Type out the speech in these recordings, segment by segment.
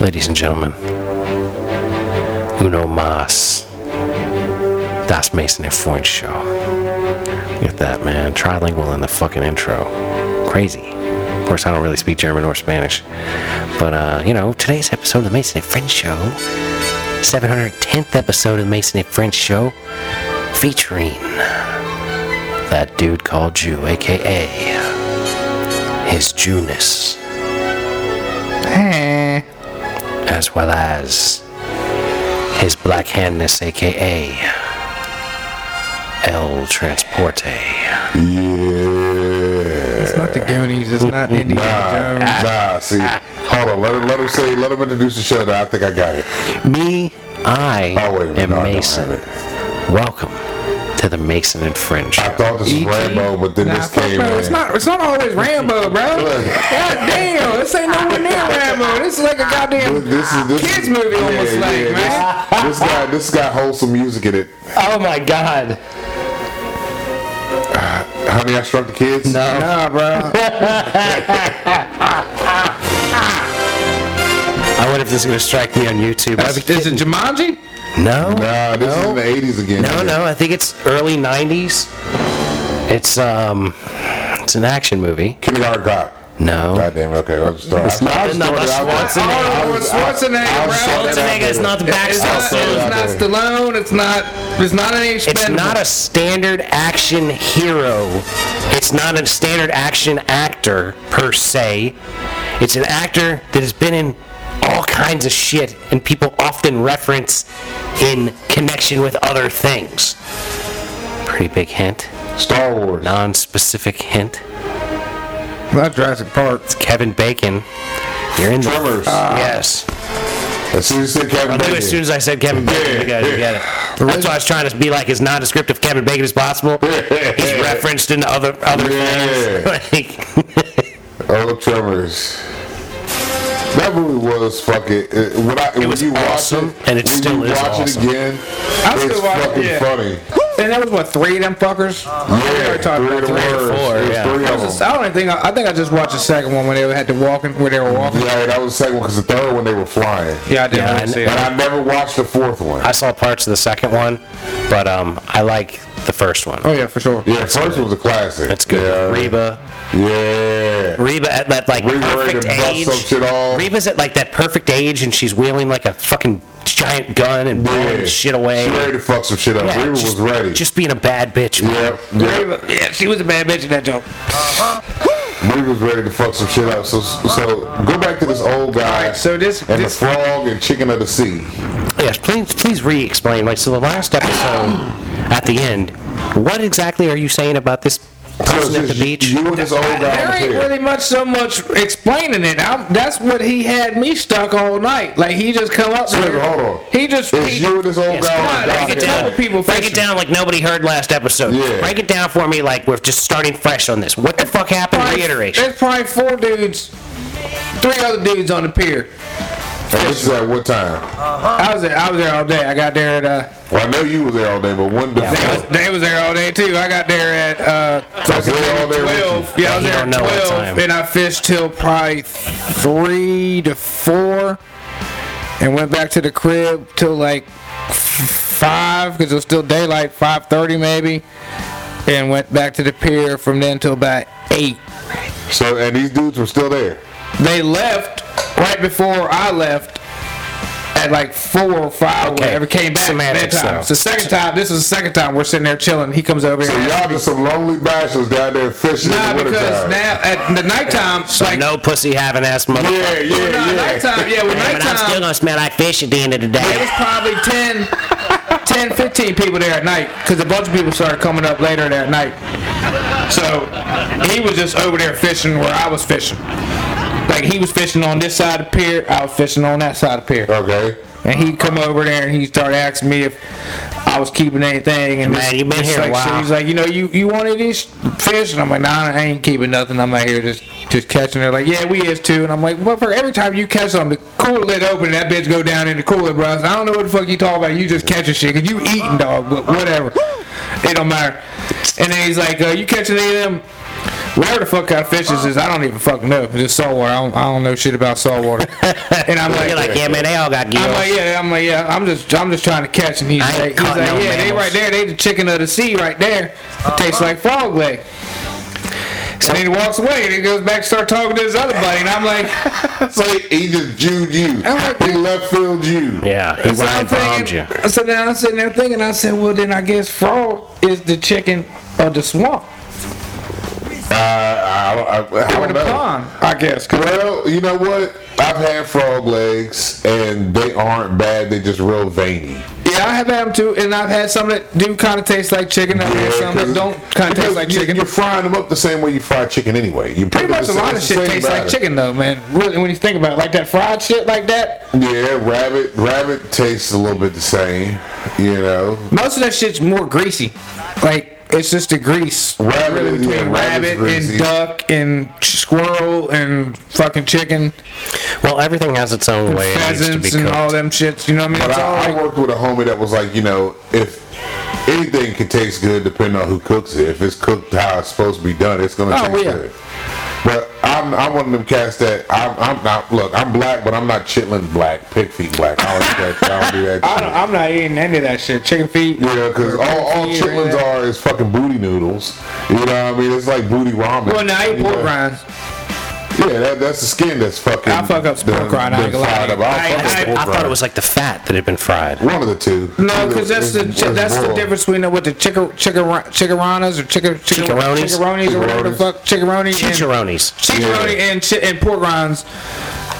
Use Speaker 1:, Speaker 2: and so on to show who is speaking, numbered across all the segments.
Speaker 1: Ladies and gentlemen, uno más. Das Mason and Freund show. Look at that, man. Trilingual in the fucking intro. Crazy. Of course, I don't really speak German or Spanish. But, uh, you know, today's episode of the Mason and French show, 710th episode of the Mason and French show, featuring that dude called Jew, aka his Jewness
Speaker 2: Eh,
Speaker 1: as well as his black handness, aka El Transporte.
Speaker 2: It's not the Goonies. It's not
Speaker 3: Nah,
Speaker 2: Indiana Jones.
Speaker 3: nah, see.
Speaker 1: ah.
Speaker 3: Hold on, let him, let him say, let him introduce the show. Now I think I got it.
Speaker 1: Me, I
Speaker 3: Oh, wait a minute.
Speaker 1: am
Speaker 3: no, I don't
Speaker 1: Mason.
Speaker 3: have it.
Speaker 1: Welcome to the Mason and Fringe.
Speaker 3: I thought
Speaker 1: E
Speaker 3: this was
Speaker 2: E.T.?
Speaker 3: Rambo, but then
Speaker 2: Nah,
Speaker 3: this
Speaker 2: fuck,
Speaker 3: came
Speaker 2: bro.
Speaker 3: in.
Speaker 2: It's not. It's not always Rambo, bro. God damn, this ain't nowhere near Rambo. This is like a goddamn
Speaker 3: this is this
Speaker 2: kids
Speaker 3: is-
Speaker 2: movie,
Speaker 3: yeah,
Speaker 2: almost like,
Speaker 3: yeah,
Speaker 2: man.
Speaker 3: This, this guy, this got wholesome music in it.
Speaker 1: Oh my god.
Speaker 3: Honey, I struck the kids. No,
Speaker 2: Nah, bro.
Speaker 1: I wonder if this is going to strike me on YouTube. I'd be
Speaker 2: Is it
Speaker 1: kidding.
Speaker 2: Jumanji?
Speaker 1: No?
Speaker 3: nah, this is in the '80s again.
Speaker 1: No, no. I think it's early 90s. It's, um, it's an action movie.
Speaker 3: Kindergarten Cop.
Speaker 1: No.
Speaker 3: God damn it. Okay, I'm just throwing. It's
Speaker 1: Oh. not in the Schwarzenegger.
Speaker 2: Arnold Schwarzenegger, bro.
Speaker 1: Schwarzenegger is not the back
Speaker 2: It's not,
Speaker 1: sauce.
Speaker 2: it's not Stallone. It's not. It's not any.
Speaker 1: It's not a standard action hero. It's not a standard action actor per se. It's an actor that has been in all kinds of shit and people often reference in connection with other things. Pretty big hint,
Speaker 3: Star Wars.
Speaker 1: non-specific hint.
Speaker 2: Not Jurassic Park.
Speaker 1: Kevin Bacon. You're in the
Speaker 3: Tremors.
Speaker 1: yes.
Speaker 3: As soon as you said Kevin
Speaker 1: I knew
Speaker 3: Bacon.
Speaker 1: as soon as I said Kevin Bacon, you guys, you get it. That's why I was trying to be like as nondescript of Kevin Bacon as possible. He's referenced in other other
Speaker 3: Yeah.
Speaker 1: things. Like,
Speaker 3: Oh, Tremors. That movie was fucking. It, when I, when
Speaker 1: was
Speaker 3: you
Speaker 1: awesome,
Speaker 3: watch it,
Speaker 1: and it
Speaker 3: when
Speaker 1: still
Speaker 3: you
Speaker 1: is
Speaker 3: watch
Speaker 1: awesome.
Speaker 3: it again.
Speaker 2: I still
Speaker 3: it's
Speaker 2: watch it,
Speaker 3: fucking
Speaker 2: yeah.
Speaker 3: funny.
Speaker 2: And that was what three of them fuckers.
Speaker 3: Yeah,
Speaker 2: we were talking
Speaker 3: three
Speaker 2: about
Speaker 3: of
Speaker 2: three
Speaker 3: them
Speaker 2: or
Speaker 3: were.
Speaker 1: four,
Speaker 3: It was
Speaker 1: yeah.
Speaker 3: Three of them.
Speaker 2: I don't think I, I think I just watched the second one when they had to walk in, where they were walking.
Speaker 3: Yeah, that was the second one because the third one they were flying.
Speaker 2: Yeah, I didn't
Speaker 1: Yeah,
Speaker 2: really
Speaker 1: and-
Speaker 2: see
Speaker 3: And
Speaker 2: it.
Speaker 3: I never watched the fourth one.
Speaker 1: I saw parts of the second one, but um, I like the first one.
Speaker 2: Oh yeah, for sure.
Speaker 3: yeah, the first one was a classic.
Speaker 1: That's good.
Speaker 3: Yeah.
Speaker 1: Reba,
Speaker 3: Yeah.
Speaker 1: Reba at that like
Speaker 3: Reba ready
Speaker 1: perfect
Speaker 3: to bust
Speaker 1: age.
Speaker 3: some shit off.
Speaker 1: Reba's at like that perfect age, and she's wielding like a fucking giant gun and blowing
Speaker 3: Yeah.
Speaker 1: shit
Speaker 3: She
Speaker 1: away.
Speaker 3: ready to fuck some shit up.
Speaker 1: Yeah,
Speaker 3: Reba was
Speaker 1: just-
Speaker 3: ready.
Speaker 1: Just being a bad bitch. man.
Speaker 3: yep. yep.
Speaker 2: Reba- Yeah, she was a bad bitch in that joke.
Speaker 3: Reba was ready to fuck some shit up. So, so go back to this old guy.
Speaker 2: Alright, so this-
Speaker 3: and
Speaker 2: this-
Speaker 3: the frog and chicken of the sea.
Speaker 1: Yes, please, please re-explain. Like, so the last episode at the end, what exactly are you saying about this person at the
Speaker 3: just
Speaker 1: beach?
Speaker 3: You and this old guy
Speaker 2: There
Speaker 3: was
Speaker 2: ain't
Speaker 3: here.
Speaker 2: really much so much explaining it. I'm, that's what he had me stuck all night. Like he just come up.
Speaker 3: Wait,
Speaker 2: there.
Speaker 3: hold on.
Speaker 2: He just.
Speaker 3: It's
Speaker 2: he-
Speaker 3: you and this old
Speaker 1: Yes,
Speaker 3: guy.
Speaker 2: come
Speaker 3: on the
Speaker 2: on,
Speaker 3: dock
Speaker 1: break it
Speaker 2: Yeah.
Speaker 3: here.
Speaker 1: down.
Speaker 2: Couple people
Speaker 1: break it
Speaker 2: fishing.
Speaker 1: down like nobody heard last episode.
Speaker 3: Yeah.
Speaker 1: Break it down for me like we're just starting fresh on this. What the fuck happened?
Speaker 2: probably-
Speaker 1: Reiteration.
Speaker 2: There's probably four dudes, three other dudes on the pier.
Speaker 3: And this is at what time?
Speaker 2: I was there. I was there all day. I got there at. Uh,
Speaker 3: Well, I know you were there all day, but when the
Speaker 2: They was, they was there all day too. I got there at uh, fucking
Speaker 3: they all there with you?
Speaker 2: twelve. Yeah, I was
Speaker 1: You
Speaker 2: there
Speaker 1: don't
Speaker 2: at
Speaker 1: know what time.
Speaker 2: twelve, and I fished till probably three to four, and went back to the crib till like f- five because it was still daylight, five thirty maybe, and went back to the pier from then till about eight.
Speaker 3: so and these dudes were still there.
Speaker 2: They left right before I left. At like four or five,
Speaker 1: Okay,
Speaker 2: whatever came back.
Speaker 1: semantics,
Speaker 2: that time.
Speaker 1: though.
Speaker 2: It's the second time. This is the second time we're sitting there chilling. He comes over here.
Speaker 3: So y'all just some lonely bachelors down there fishing
Speaker 2: Nah,
Speaker 3: in the
Speaker 2: because
Speaker 3: wintertime.
Speaker 2: now at the nighttime, like
Speaker 1: No pussy having ass
Speaker 3: yeah,
Speaker 1: motherfucker.
Speaker 2: no,
Speaker 3: yeah, yeah.
Speaker 2: nighttime, yeah, with
Speaker 1: But I'm still
Speaker 2: nighttime,
Speaker 1: gonna smell like fish at the end of the
Speaker 2: it was
Speaker 1: day.
Speaker 2: probably 10, 10, 15 people there at night because a bunch of people started coming up later that night. So he was just over there fishing where I was fishing. Like he was fishing on this side of the pier, I was fishing on that side of the pier,
Speaker 3: Okay.
Speaker 2: and he'd come over there and he started asking me if. I was keeping anything, and
Speaker 1: Man,
Speaker 2: this-
Speaker 1: you been
Speaker 2: this
Speaker 1: here a
Speaker 2: like, shit.
Speaker 1: while.
Speaker 2: He's like, you know, you you wanted these fish, and I'm like, nah, I ain't keeping nothing. I'm out here just just catching. They're like, yeah, we is too, and I'm like, well, for every time you catch something, the cooler lid open, and that bitch go down in the cooler, bro. I, said, I don't know what the fuck you talking about. You just catching shit, cause you eating dog, but whatever, it don't matter. And then he's like, uh, you catching any of them? Where the fuck kind of fishes is? I don't even fucking know. It's just saltwater. I don't, I don't know shit about saltwater. And I'm like,
Speaker 1: You're like, yeah, man, they all got gills.
Speaker 2: I'm like, yeah, I'm like, yeah, I'm just, I'm just trying to catch. And he's
Speaker 1: I ain't
Speaker 2: like, he's
Speaker 1: caught
Speaker 2: like, yeah,
Speaker 1: no
Speaker 2: they
Speaker 1: mammals.
Speaker 2: right there. They the chicken of the sea right there. It tastes like frog leg.
Speaker 1: So-
Speaker 2: and then he walks away, and he goes back, to start talking to his other buddy, and I'm like,
Speaker 3: So he, he just jewed you.
Speaker 2: I'm like-
Speaker 3: He left field you.
Speaker 1: yeah, he
Speaker 2: so
Speaker 1: Ryan
Speaker 2: I'm
Speaker 1: bombed you.
Speaker 2: thinking, so then I'm sitting there thinking, I said, well, then I guess frog is the chicken of the swamp
Speaker 3: Uh, I, I, I
Speaker 2: or
Speaker 3: don't
Speaker 2: the
Speaker 3: know.
Speaker 2: pond, I guess. 'cause
Speaker 3: Well, you know what? I've had frog legs, and they aren't bad. They just real veiny.
Speaker 2: Yeah, I have had them too, and I've had some that do kind of taste like chicken. I've had some that
Speaker 3: 'cause-
Speaker 2: don't kind of
Speaker 3: because
Speaker 2: taste like
Speaker 3: you-
Speaker 2: chicken.
Speaker 3: You're frying them up the same way you fry chicken anyway. You
Speaker 2: Pretty
Speaker 3: put it
Speaker 2: much a
Speaker 3: in-
Speaker 2: lot of
Speaker 3: it's the
Speaker 2: shit
Speaker 3: same
Speaker 2: tastes like
Speaker 3: batter.
Speaker 2: chicken, though, man. Really, when you think about it, like that fried shit like that,
Speaker 3: Yeah, rabbit. Rabbit tastes a little bit the same. You know,
Speaker 2: most of that shit's more greasy. Like it's just the grease.
Speaker 3: Rabbit,
Speaker 2: really between
Speaker 3: yeah, rabbit's
Speaker 2: rabbit
Speaker 3: greasy.
Speaker 2: and duck and squirrel and fucking chicken,
Speaker 1: Well, everything has its own way. It needs to be
Speaker 2: pheasants and
Speaker 1: cooked.
Speaker 2: all them shits. You know what I mean?
Speaker 3: But
Speaker 2: It's all
Speaker 3: I, I
Speaker 2: like-
Speaker 3: worked with a homie that was like, you know, if anything can taste good depending on who cooks it. If it's cooked how it's supposed to be done, it's gonna
Speaker 2: Oh,
Speaker 3: taste
Speaker 2: yeah.
Speaker 3: good. But I'm I'm one of them cats that I'm I'm not look I'm black but I'm not chitlin black pig feet black I don't do that I don't do that
Speaker 2: I don't, I'm not eating any of that shit. Chicken feet.
Speaker 3: yeah because all, all
Speaker 2: Yeah,
Speaker 3: chitlins
Speaker 2: yeah.
Speaker 3: are is fucking booty noodles you know what I mean it's like booty ramen
Speaker 2: Well, no, I eat
Speaker 3: you
Speaker 2: pork
Speaker 3: know?
Speaker 2: rinds.
Speaker 3: yeah that, that's the skin that's fucking
Speaker 2: I fuck up pork rind, I ain't gonna lie.
Speaker 3: fried up.
Speaker 2: I-
Speaker 3: I, fuck with
Speaker 2: I-
Speaker 3: pork
Speaker 1: I thought
Speaker 3: rind.
Speaker 1: it was like the fat that had been fried.
Speaker 3: one of the two
Speaker 2: No, because that's the
Speaker 3: It's- it's
Speaker 2: that's the
Speaker 3: raw.
Speaker 2: difference between uh, what the chicken chicken chicaranas or chicken chicken
Speaker 1: Chickaronis?
Speaker 2: chickaronis or whatever the
Speaker 3: Chickaronis.
Speaker 2: fuck chickaroni and-
Speaker 1: Chicharrones.
Speaker 2: chickaroni and chi- and pork rinds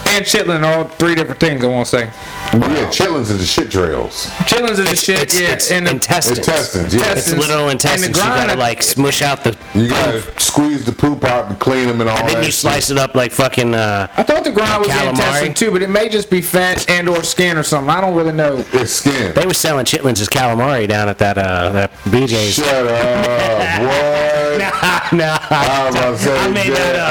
Speaker 2: and chitlin are all three different things. I want to say
Speaker 3: Yeah, chitlins is the shit trails.
Speaker 2: chitlins is the
Speaker 1: It's,
Speaker 2: shit.
Speaker 1: it's,
Speaker 2: yeah,
Speaker 1: it's
Speaker 2: and the,
Speaker 1: intestines.
Speaker 3: Intestines, yeah.
Speaker 1: It's literal
Speaker 2: And the
Speaker 1: intestines. you gotta
Speaker 2: grind-
Speaker 1: like smush out the.
Speaker 3: You gotta squeeze the poop out and clean them and all
Speaker 1: Then
Speaker 3: that.
Speaker 1: you slice it up like fucking. Uh,
Speaker 2: I thought the grind was
Speaker 1: Calamari.
Speaker 2: the intestine too, but it may just be fat and or skin or something. I don't really know.
Speaker 3: It's skin.
Speaker 1: they were selling chitlins as calamari down at that uh, that BJ's.
Speaker 3: Shut up, what?
Speaker 1: no,
Speaker 3: I was about to say
Speaker 1: I made that
Speaker 3: yeah.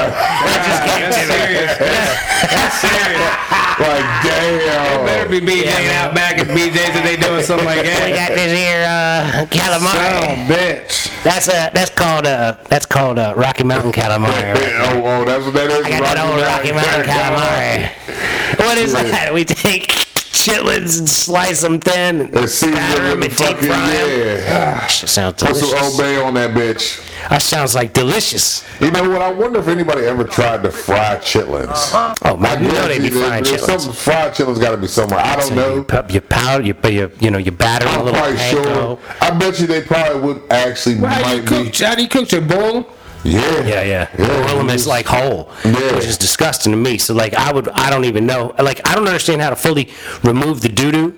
Speaker 1: up.
Speaker 2: That's serious. That's serious.
Speaker 1: Oh,
Speaker 3: Like, damn.
Speaker 2: Better be BJ hanging out back at BJ's if they doing something like
Speaker 1: We got
Speaker 2: that.
Speaker 1: this here uh, calamari.
Speaker 2: Son of a bitch.
Speaker 1: That's uh, that's called uh, that's called uh, Rocky Mountain calamari. right?
Speaker 3: Yeah, oh, oh, that's what that is.
Speaker 1: I got that old Rocky Mountain calamari. What is
Speaker 3: Yeah.
Speaker 1: that? We take chitlins and slice them thin and
Speaker 3: It seems
Speaker 1: batter them
Speaker 3: like
Speaker 1: and
Speaker 3: the
Speaker 1: deep
Speaker 3: fucking
Speaker 1: fry them.
Speaker 3: yeah.
Speaker 1: Shit sounds
Speaker 3: Put some
Speaker 1: delicious.
Speaker 3: obey on that bitch.
Speaker 1: That sounds like delicious.
Speaker 3: You know what? I wonder if anybody ever tried to fry chitlins.
Speaker 1: Oh man, you know
Speaker 3: guarantee
Speaker 1: they be
Speaker 3: there-
Speaker 1: frying
Speaker 3: there's
Speaker 1: chitlins.
Speaker 3: Some fried chitlins got to be somewhere. I don't
Speaker 1: So
Speaker 3: know.
Speaker 1: You, pu- you powder, you, you, you know, you batter a
Speaker 3: I'm
Speaker 1: little
Speaker 3: quite
Speaker 1: panko.
Speaker 3: sure. I bet you they probably would actually
Speaker 2: Well, how you
Speaker 3: might be.
Speaker 2: cook? How do you cook your bowl?
Speaker 3: Yeah.
Speaker 1: Yeah, yeah.
Speaker 3: Yeah,
Speaker 1: Boil them
Speaker 3: you
Speaker 1: as like whole,
Speaker 3: Yeah.
Speaker 1: which is disgusting to me. So like, I would, I don't even know. Like, I don't understand how to fully remove the doo doo.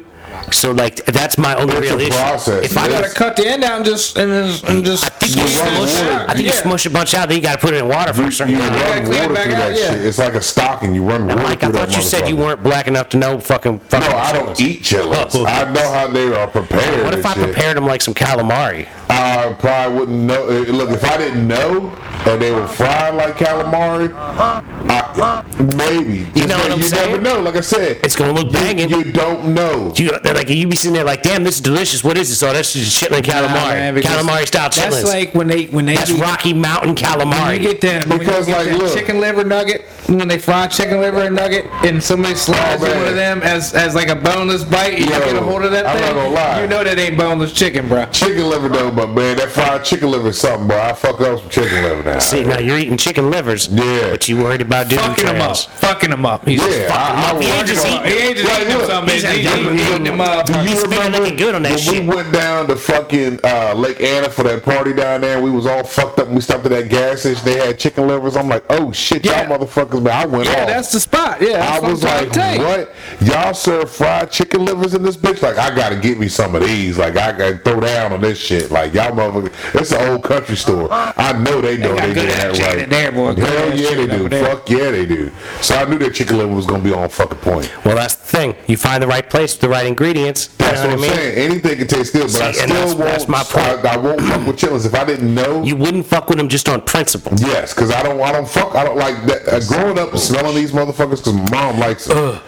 Speaker 1: So like, that's my only
Speaker 3: It's
Speaker 1: real
Speaker 3: a
Speaker 1: issue.
Speaker 3: process.
Speaker 1: If I
Speaker 2: You
Speaker 3: Yes.
Speaker 2: gotta cut the end out and just and just and just.
Speaker 1: I think you
Speaker 2: squish
Speaker 3: run
Speaker 1: smush,
Speaker 2: it
Speaker 3: water.
Speaker 2: out.
Speaker 1: I think you
Speaker 2: Yeah.
Speaker 1: smush a bunch out, then you gotta put it in water for a
Speaker 3: You,
Speaker 1: certain
Speaker 3: you
Speaker 1: amount.
Speaker 2: gotta
Speaker 3: run
Speaker 2: clean it
Speaker 3: water
Speaker 2: back
Speaker 3: through
Speaker 2: out,
Speaker 3: that
Speaker 2: yeah.
Speaker 3: shit. It's like a stocking. You run water
Speaker 1: Like, I
Speaker 3: through that
Speaker 1: thought you said you
Speaker 3: motherfucker.
Speaker 1: weren't black enough to know fucking fucking.
Speaker 3: No, I don't
Speaker 1: chitlins.
Speaker 3: eat
Speaker 1: Oh.
Speaker 3: chitlins. I know how they are prepared.
Speaker 1: What if
Speaker 3: and
Speaker 1: I
Speaker 3: shit.
Speaker 1: prepared them like some calamari?
Speaker 3: I probably wouldn't know. eh, Look, if I didn't know and they were fried like calamari, I, maybe. Just
Speaker 1: know what
Speaker 3: that
Speaker 1: I'm
Speaker 3: you
Speaker 1: saying?
Speaker 3: never know. Like I said,
Speaker 1: It's gonna look banging.
Speaker 3: you don't know.
Speaker 1: You, they're like you be sitting there like, damn, this is delicious. What is this? Oh, that's just chitlin
Speaker 2: Nah,
Speaker 1: calamari,
Speaker 2: man, because
Speaker 1: calamari style chitlins.
Speaker 2: That's
Speaker 1: That's,
Speaker 2: like when they when they do-
Speaker 1: Rocky Mountain
Speaker 2: when
Speaker 1: calamari.
Speaker 2: you get that when you
Speaker 3: Because,
Speaker 2: get
Speaker 3: like,
Speaker 2: that
Speaker 3: look.
Speaker 2: chicken liver nugget when they fry chicken liver and nugget and somebody slides
Speaker 3: Oh,
Speaker 2: in
Speaker 3: man.
Speaker 2: one of them as as like a boneless bite. You
Speaker 3: Yo,
Speaker 2: get a hold of that
Speaker 3: I'm
Speaker 2: thing.
Speaker 3: not gonna lie.
Speaker 2: You know that ain't boneless chicken, bro.
Speaker 3: Chicken liver though, but man, that fried chicken liver is something, bro. I fuck up some chicken liver now.
Speaker 1: See, now you're eating chicken livers,
Speaker 3: Yeah.
Speaker 1: but you worried about doing
Speaker 2: Fucking them up,
Speaker 1: trails.
Speaker 2: fucking them up. He's
Speaker 3: yeah, I, I
Speaker 1: up. He ain't
Speaker 3: work
Speaker 1: just
Speaker 3: on-
Speaker 1: eating-
Speaker 2: He ain't just
Speaker 3: Right,
Speaker 2: eating
Speaker 3: look.
Speaker 2: them something.
Speaker 1: He's
Speaker 2: He's
Speaker 1: like,
Speaker 2: eating
Speaker 1: yeah,
Speaker 2: eating them up.
Speaker 1: Do you remember looking good on that
Speaker 3: when
Speaker 1: shit?
Speaker 3: we went down to fucking uh, Lake Anna for that party down there, we was all fucked up. and We stopped at that gas station. They had chicken livers. I'm like, oh shit,
Speaker 2: Yeah.
Speaker 3: y'all motherfuckers, man! I went
Speaker 2: Yeah,
Speaker 3: off.
Speaker 2: that's the spot. Yeah, that's
Speaker 3: I
Speaker 2: what
Speaker 3: was
Speaker 2: I'm
Speaker 3: like,
Speaker 2: trying to tell you.
Speaker 3: what? Y'all serve fried chicken livers in this bitch? Like, I gotta get me some of these. Like, I gotta throw down on this shit. Like, y'all motherfuckers, it's an old country store. I know they know
Speaker 2: got
Speaker 3: they,
Speaker 2: good
Speaker 3: do
Speaker 2: ass
Speaker 3: that
Speaker 2: chicken
Speaker 3: right.
Speaker 2: in there, boy. Good
Speaker 3: Hell
Speaker 2: ass
Speaker 3: yeah, they
Speaker 2: chicken
Speaker 3: do.
Speaker 2: over there.
Speaker 3: Fuck yeah, they do. So I knew that chicken liver was gonna be on fucking point.
Speaker 1: Well, that's the thing. You find the right place with the right ingredients. You
Speaker 3: That's
Speaker 1: know what
Speaker 3: what I'm
Speaker 1: I mean?
Speaker 3: saying. Anything can taste good, but I
Speaker 1: See, and
Speaker 3: still
Speaker 1: that's-
Speaker 3: won't.
Speaker 1: that's my point.
Speaker 3: I, I won't fuck with chitlins if I didn't know.
Speaker 1: You wouldn't fuck with them just on principle.
Speaker 3: yes, because I don't. I don't fuck. I don't like that. Uh, growing growing up smelling these motherfuckers because my mom likes them.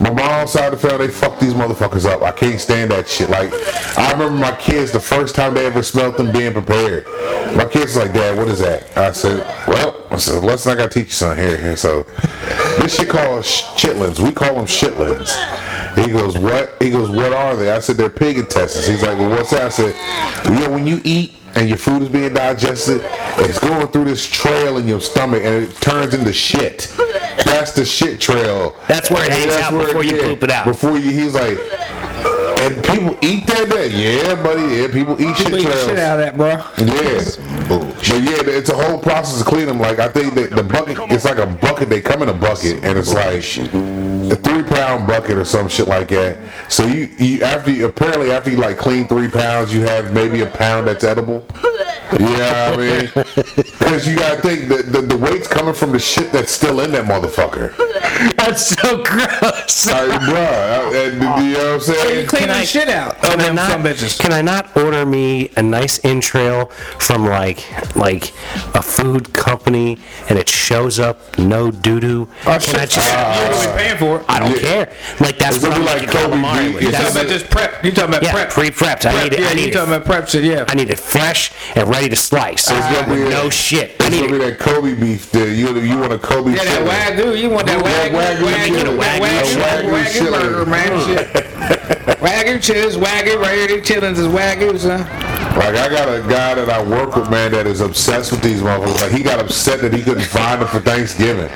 Speaker 3: My mom's side of the family, they fuck these motherfuckers up. I can't stand that shit. Like, I remember my kids the first time they ever smelled them being prepared. My kids like, Dad, what is that? I said, Well, I said, listen, I gotta teach you something here. here. So, this shit called sh- chitlins. We call them shitlins. He goes, What? He goes, What are they? I said, They're pig intestines. He's like, Well, what's that? I said, You know, when you eat and your food is being digested, it's going through this trail in your stomach and it turns into shit. That's the shit trail.
Speaker 1: That's where it
Speaker 3: And
Speaker 1: hangs
Speaker 3: that's
Speaker 1: out
Speaker 3: where
Speaker 1: before you
Speaker 3: yeah,
Speaker 1: poop it out.
Speaker 3: Before you, he's like, and people eat that. Day. Yeah, buddy. Yeah, people eat shit
Speaker 2: Leave the
Speaker 3: trails.
Speaker 2: shit out of that, bro.
Speaker 3: Yeah, but yeah, it's a whole process to clean them. Like I think that the bucket, it's like a bucket. They come in a bucket, and it's like a three pound bucket or some shit like that. So you, you after you, apparently after you like clean three pounds, you have maybe a pound that's edible. Yeah, I mean, because you gotta think that the, the weight's coming from the shit that's still in that motherfucker.
Speaker 1: That's so gross.
Speaker 3: Like, bruh, and, you know what I'm saying?
Speaker 2: Clean
Speaker 1: I-
Speaker 2: that shit out.
Speaker 1: Can I,
Speaker 2: Them
Speaker 1: not,
Speaker 2: Oh, some bitches.
Speaker 1: can I not order me a nice entrail from like like a food company and it shows up no doo doo?
Speaker 2: Oh,
Speaker 1: Can I
Speaker 2: shit.
Speaker 1: just?
Speaker 2: you ain't paying for it.
Speaker 1: I don't
Speaker 3: Yeah.
Speaker 1: care. Like that's
Speaker 3: It's
Speaker 1: what
Speaker 3: gonna
Speaker 1: I'm
Speaker 3: be like
Speaker 1: like
Speaker 3: Kobe beef.
Speaker 1: tomorrow.
Speaker 3: It's
Speaker 2: You
Speaker 1: That's,
Speaker 2: talking about just prep? You talking about
Speaker 1: yeah,
Speaker 2: prep?
Speaker 1: pre prepped. I
Speaker 2: Prep,
Speaker 1: need it.
Speaker 2: yeah,
Speaker 1: I
Speaker 2: you
Speaker 1: need
Speaker 2: talking
Speaker 1: it.
Speaker 2: about prep shit? Yeah.
Speaker 1: I need it fresh and ready to slice.
Speaker 3: gonna be
Speaker 1: no
Speaker 3: that-
Speaker 1: shit. I
Speaker 3: It's
Speaker 1: need
Speaker 3: gonna be
Speaker 1: it.
Speaker 3: that Kobe beef. There, you you want a Kobe?
Speaker 2: Yeah,
Speaker 3: chicken.
Speaker 2: that wagyu. You want that
Speaker 3: That
Speaker 2: wagyu?
Speaker 3: wagyu
Speaker 2: Wagyu,
Speaker 3: chili.
Speaker 2: that wagyu,
Speaker 3: That wagyu
Speaker 2: wagyu,
Speaker 3: chili.
Speaker 2: burger, man. Shit. wagyu chillers, wagyu, right here. These chillins is wagyu, son.
Speaker 3: Like I got a guy that I work with, man, that is obsessed with these motherfuckers. Like he got upset that he couldn't find them for Thanksgiving.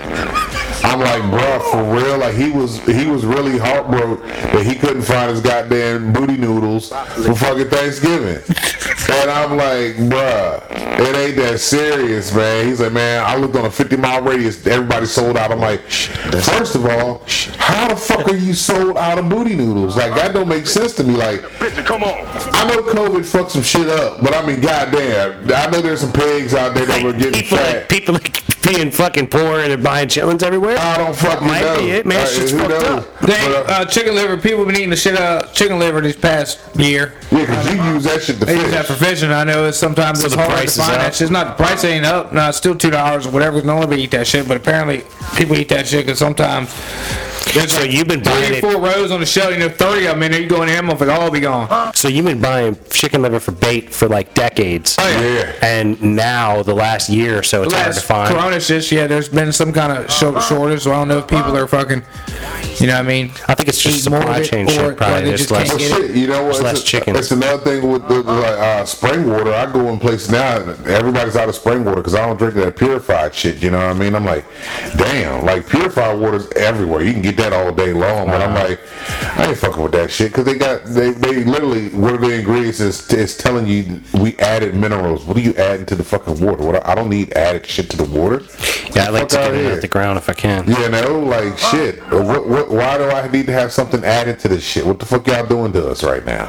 Speaker 3: I'm like, bruh, for real. Like he was, he was really heartbroken that he couldn't find his goddamn booty noodles for fucking Thanksgiving. And I'm like, bruh, it ain't that serious, man. He's like, man, I looked on a 50 mile radius, everybody sold out. I'm like, first of all, how the fuck are you sold out of booty noodles? Like that don't make sense to me. Like. I know COVID fucked some shit up, but I mean, goddamn, I know there's some pigs out there that were getting
Speaker 1: people,
Speaker 3: fat.
Speaker 1: like, people like being fucking poor and they're buying chillins everywhere.
Speaker 3: I don't fucking
Speaker 1: Might
Speaker 3: know.
Speaker 1: be it, man.
Speaker 3: Uh,
Speaker 1: Shit's
Speaker 3: who
Speaker 1: fucked
Speaker 3: knows?
Speaker 1: up.
Speaker 2: They,
Speaker 3: But, uh,
Speaker 2: uh, chicken liver. People been eating the shit out of chicken liver this past year.
Speaker 3: yeah, 'cause you use that shit to
Speaker 2: They use that for
Speaker 3: fish.
Speaker 2: fishing. I know it's sometimes
Speaker 1: So
Speaker 2: it's
Speaker 1: the
Speaker 2: hard to
Speaker 1: price is
Speaker 2: find
Speaker 1: up?
Speaker 2: that shit. It's not the price ain't up. No, it's still two dollars or whatever. No one would eat that shit, but apparently people eat that shit because sometimes there's
Speaker 1: So
Speaker 2: like
Speaker 1: you've been buying
Speaker 2: three,
Speaker 1: it-
Speaker 2: four rows on the shelf. You know, thirty of them, and you go in there, if it all be gone.
Speaker 1: So you've been buying chicken liver for bait for like decades.
Speaker 2: Oh,
Speaker 3: yeah. Yeah.
Speaker 1: And now the last year or so, it's hard to
Speaker 2: last
Speaker 1: find.
Speaker 2: Corona shit, yeah, there's been some kind of short shortage, so I don't know if people are fucking, you know what I mean?
Speaker 1: I think it's just
Speaker 2: Eat more
Speaker 1: supply
Speaker 2: of it,
Speaker 1: chain
Speaker 2: or-
Speaker 1: shit.
Speaker 2: or
Speaker 1: Probably
Speaker 2: they
Speaker 1: just
Speaker 2: just
Speaker 1: less.
Speaker 2: can't
Speaker 3: Well,
Speaker 2: get
Speaker 3: shit, you know what?
Speaker 1: It's less
Speaker 3: a-
Speaker 1: chicken.
Speaker 3: It's another thing with the, like, uh, spring water. I go in place now, and everybody's out of spring water because I don't drink that purified shit. You know what I mean? I'm like, damn, like purified water's everywhere. You can get that all day long, but
Speaker 1: Uh-huh.
Speaker 3: I'm like, I ain't fucking with that shit because they got they they literally one of the ingredients is, is telling you we added minerals. What are you adding to the fucking water? What I don't need added shit to the water.
Speaker 1: Yeah, I like to
Speaker 3: Fuck
Speaker 1: get
Speaker 3: outta
Speaker 1: it
Speaker 3: here.
Speaker 1: out the ground if I can.
Speaker 3: You know, like shit. What, what, why do I need to have something added to this shit? What the fuck y'all doing to us right now?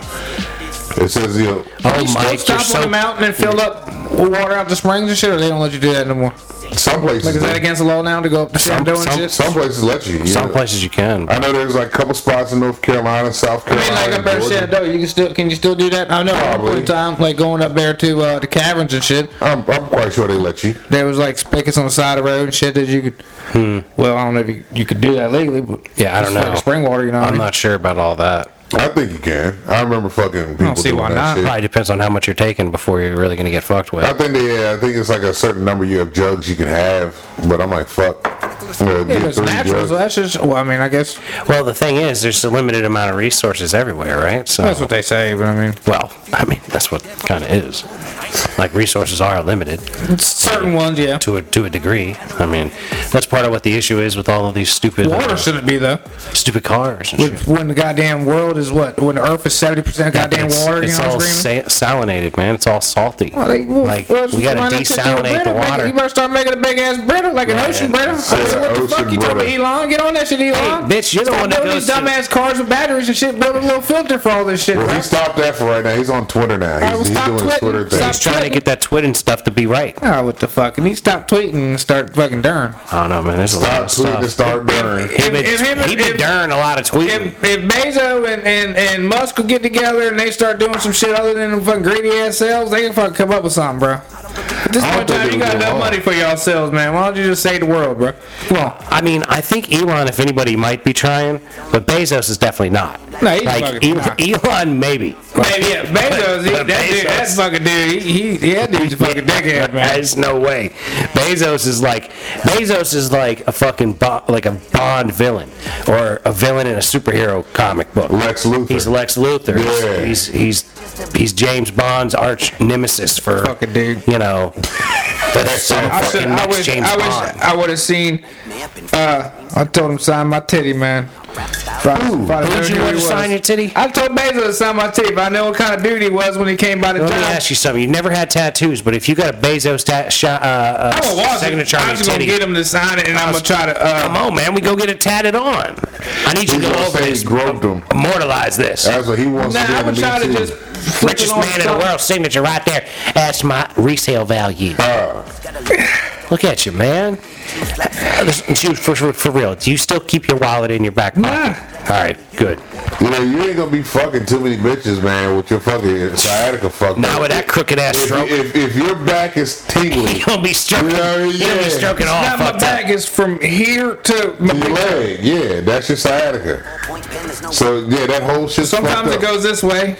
Speaker 3: It says you. Know,
Speaker 1: Oh,
Speaker 2: Don't
Speaker 1: Mike, you're
Speaker 2: stop on the
Speaker 1: so.
Speaker 2: mountain and fill up with water out the springs and shit, or they don't let you do that no more?
Speaker 3: some places,
Speaker 2: Like, is that against the law now to go up the shit and doing
Speaker 1: some-
Speaker 2: shit?
Speaker 3: some places let you. you
Speaker 1: Some
Speaker 3: know.
Speaker 1: places you can.
Speaker 3: I know there's like a couple spots in North Carolina, South
Speaker 2: I mean,
Speaker 3: Carolina.
Speaker 2: like up there,
Speaker 3: Georgia.
Speaker 2: shit, though, you can still, can you still do that? I know at one point in
Speaker 3: Probably.
Speaker 2: time, like going up there to uh, the caverns and shit,
Speaker 3: I'm, I'm quite sure they let you.
Speaker 2: there was like spigots on the side of the road and shit that you could, well, I don't know if you, you could do that legally, but
Speaker 1: Hmm. Yeah, I don't
Speaker 2: it's fucking
Speaker 1: know.
Speaker 2: Spring water, you know what I
Speaker 1: I'm
Speaker 2: mean?
Speaker 1: not sure about all that.
Speaker 3: I think you can. I remember fucking people
Speaker 2: see
Speaker 3: doing
Speaker 2: why
Speaker 3: that
Speaker 2: not.
Speaker 3: shit.
Speaker 1: Probably depends on how much you're taking before you're really going to get fucked with.
Speaker 3: I think they, yeah, I think it's like a certain number you have jugs you can have, but I'm like fuck. I'm gonna
Speaker 2: Yeah,
Speaker 3: get
Speaker 2: it's
Speaker 3: three
Speaker 2: natural,
Speaker 3: jugs.
Speaker 2: so that's just, well, I mean, I guess
Speaker 1: Well, the thing is, there's a limited amount of resources everywhere, right? So,
Speaker 2: that's what they say, but I mean.
Speaker 1: well, I mean, that's what kind of is. Like resources are limited.
Speaker 2: Certain ones, yeah.
Speaker 1: to a to a degree. I mean, that's part of what the issue is with all of these stupid uh,
Speaker 2: Water shouldn't be though.
Speaker 1: stupid cars. And shit.
Speaker 2: When the goddamn world is what? When the earth is seventy percent goddamn
Speaker 1: it's,
Speaker 2: water, you
Speaker 1: it's
Speaker 2: know what
Speaker 1: all
Speaker 2: I'm screaming?
Speaker 1: sa- salinated, man. It's all salty.
Speaker 2: Like, well,
Speaker 1: like
Speaker 2: well,
Speaker 1: we gotta
Speaker 2: why not just do a
Speaker 1: desalinate
Speaker 2: Brita?
Speaker 1: the
Speaker 2: Make it-
Speaker 1: water.
Speaker 2: You better start making a big ass Brita, like an
Speaker 1: Yeah,
Speaker 2: ocean
Speaker 1: yeah.
Speaker 2: Brita. I said,
Speaker 3: Yeah,
Speaker 2: what the fuck
Speaker 3: ocean
Speaker 2: you talking about,
Speaker 3: Brita.
Speaker 2: Elon? Get on that shit, Elon.
Speaker 1: bitch, you're the
Speaker 2: Stop
Speaker 1: one that
Speaker 2: building
Speaker 1: goes
Speaker 2: these dumbass cars with batteries and shit. Build a little filter for all this shit.
Speaker 3: Well,
Speaker 2: bro.
Speaker 3: he stopped that for right now. He's on Twitter now.
Speaker 2: right, well,
Speaker 3: He's, he's
Speaker 2: stop
Speaker 3: doing his
Speaker 2: tweeting.
Speaker 3: Twitter thing.
Speaker 2: Stop
Speaker 1: He's trying to get that twit and stuff to be right.
Speaker 2: Ah, what the fuck? And he stopped tweeting and start fucking darn.
Speaker 1: I don't know, man. There's a lot of
Speaker 3: Stop tweeting and
Speaker 1: stuff.
Speaker 3: start burning.
Speaker 1: He been,
Speaker 2: If- if-
Speaker 1: he been
Speaker 2: if-
Speaker 1: during a lot of tweeting.
Speaker 2: If, if Bezos and, and, and Musk could get together and they start doing some shit other than them fucking greedy ass selves, they can fucking come up with something, bro. This
Speaker 3: I don't
Speaker 2: one
Speaker 3: think
Speaker 2: time
Speaker 3: it
Speaker 2: you
Speaker 3: was
Speaker 2: got
Speaker 3: that
Speaker 2: enough
Speaker 3: hard.
Speaker 2: money for yourselves, man. Why don't you just save the world, bro?
Speaker 1: Well, I mean, I think Elon, if anybody, might be trying, but Bezos is definitely not.
Speaker 2: No, he's
Speaker 1: like
Speaker 2: fucking
Speaker 1: Elon, Elon, maybe.
Speaker 2: Baby, yeah, Bezos, he, that, Dude, that fucking dude, he, he, that dude's a fucking dickhead, man.
Speaker 1: There's no way. Bezos is like Bezos is like a fucking bo- like a Bond villain or a villain in a superhero comic book.
Speaker 3: Lex Luthor.
Speaker 1: He's Lex Luthor.
Speaker 3: Yeah.
Speaker 1: He's, he's he's James Bond's arch nemesis for
Speaker 2: Fucking dude.
Speaker 1: You know, the some
Speaker 2: I, should,
Speaker 1: fucking
Speaker 2: I
Speaker 1: next
Speaker 2: wish,
Speaker 1: James
Speaker 2: I
Speaker 1: Bond.
Speaker 2: wish, I would have seen. Uh, I told him sign my titty, man. Ooh,
Speaker 1: Would you want to sign your titty?
Speaker 2: I told Bezos to sign my titty, but I know what kind of dude he was when he came by the
Speaker 1: Let me
Speaker 2: time.
Speaker 1: ask you something. You never had tattoos, but if you got a Bezos ta- sh- uh,
Speaker 2: I'm gonna
Speaker 1: uh,
Speaker 2: walk
Speaker 1: signature on
Speaker 2: I'm
Speaker 1: your
Speaker 2: just gonna
Speaker 1: titty,
Speaker 2: get him to sign it, and I'm gonna try to.
Speaker 1: come
Speaker 2: Uh,
Speaker 1: on, man, we go get it tatted on. I need you to
Speaker 3: He's
Speaker 1: go
Speaker 3: gonna
Speaker 1: over
Speaker 3: say he
Speaker 1: this,
Speaker 3: groped him.
Speaker 1: immortalize this.
Speaker 3: That's what he wants
Speaker 2: nah,
Speaker 3: to do.
Speaker 2: I'm gonna
Speaker 3: to
Speaker 2: try
Speaker 3: me
Speaker 2: to
Speaker 3: too.
Speaker 2: just. flip it
Speaker 1: richest
Speaker 2: on
Speaker 1: man in the
Speaker 2: something.
Speaker 1: world signature right there. That's my resale value.
Speaker 2: Uh.
Speaker 1: Look at you, man. Listen, Dude, for, for, for real, do you still keep your wallet in your back pocket?
Speaker 2: Nah.
Speaker 1: All right, good.
Speaker 3: You know, you ain't gonna be fucking too many bitches, man, with your fucking sciatica fucking.
Speaker 1: Now with that crooked ass
Speaker 3: if,
Speaker 1: stroke,
Speaker 3: if, if your back is tingling,
Speaker 1: you're gonna be stroking.
Speaker 3: Yeah,
Speaker 1: You're gonna
Speaker 3: yeah.
Speaker 1: be stroking all
Speaker 2: Now my
Speaker 1: fucked up.
Speaker 2: back is from here to my
Speaker 3: your leg, yeah, that's your sciatica. So yeah, that whole shit.
Speaker 2: Sometimes it goes this way.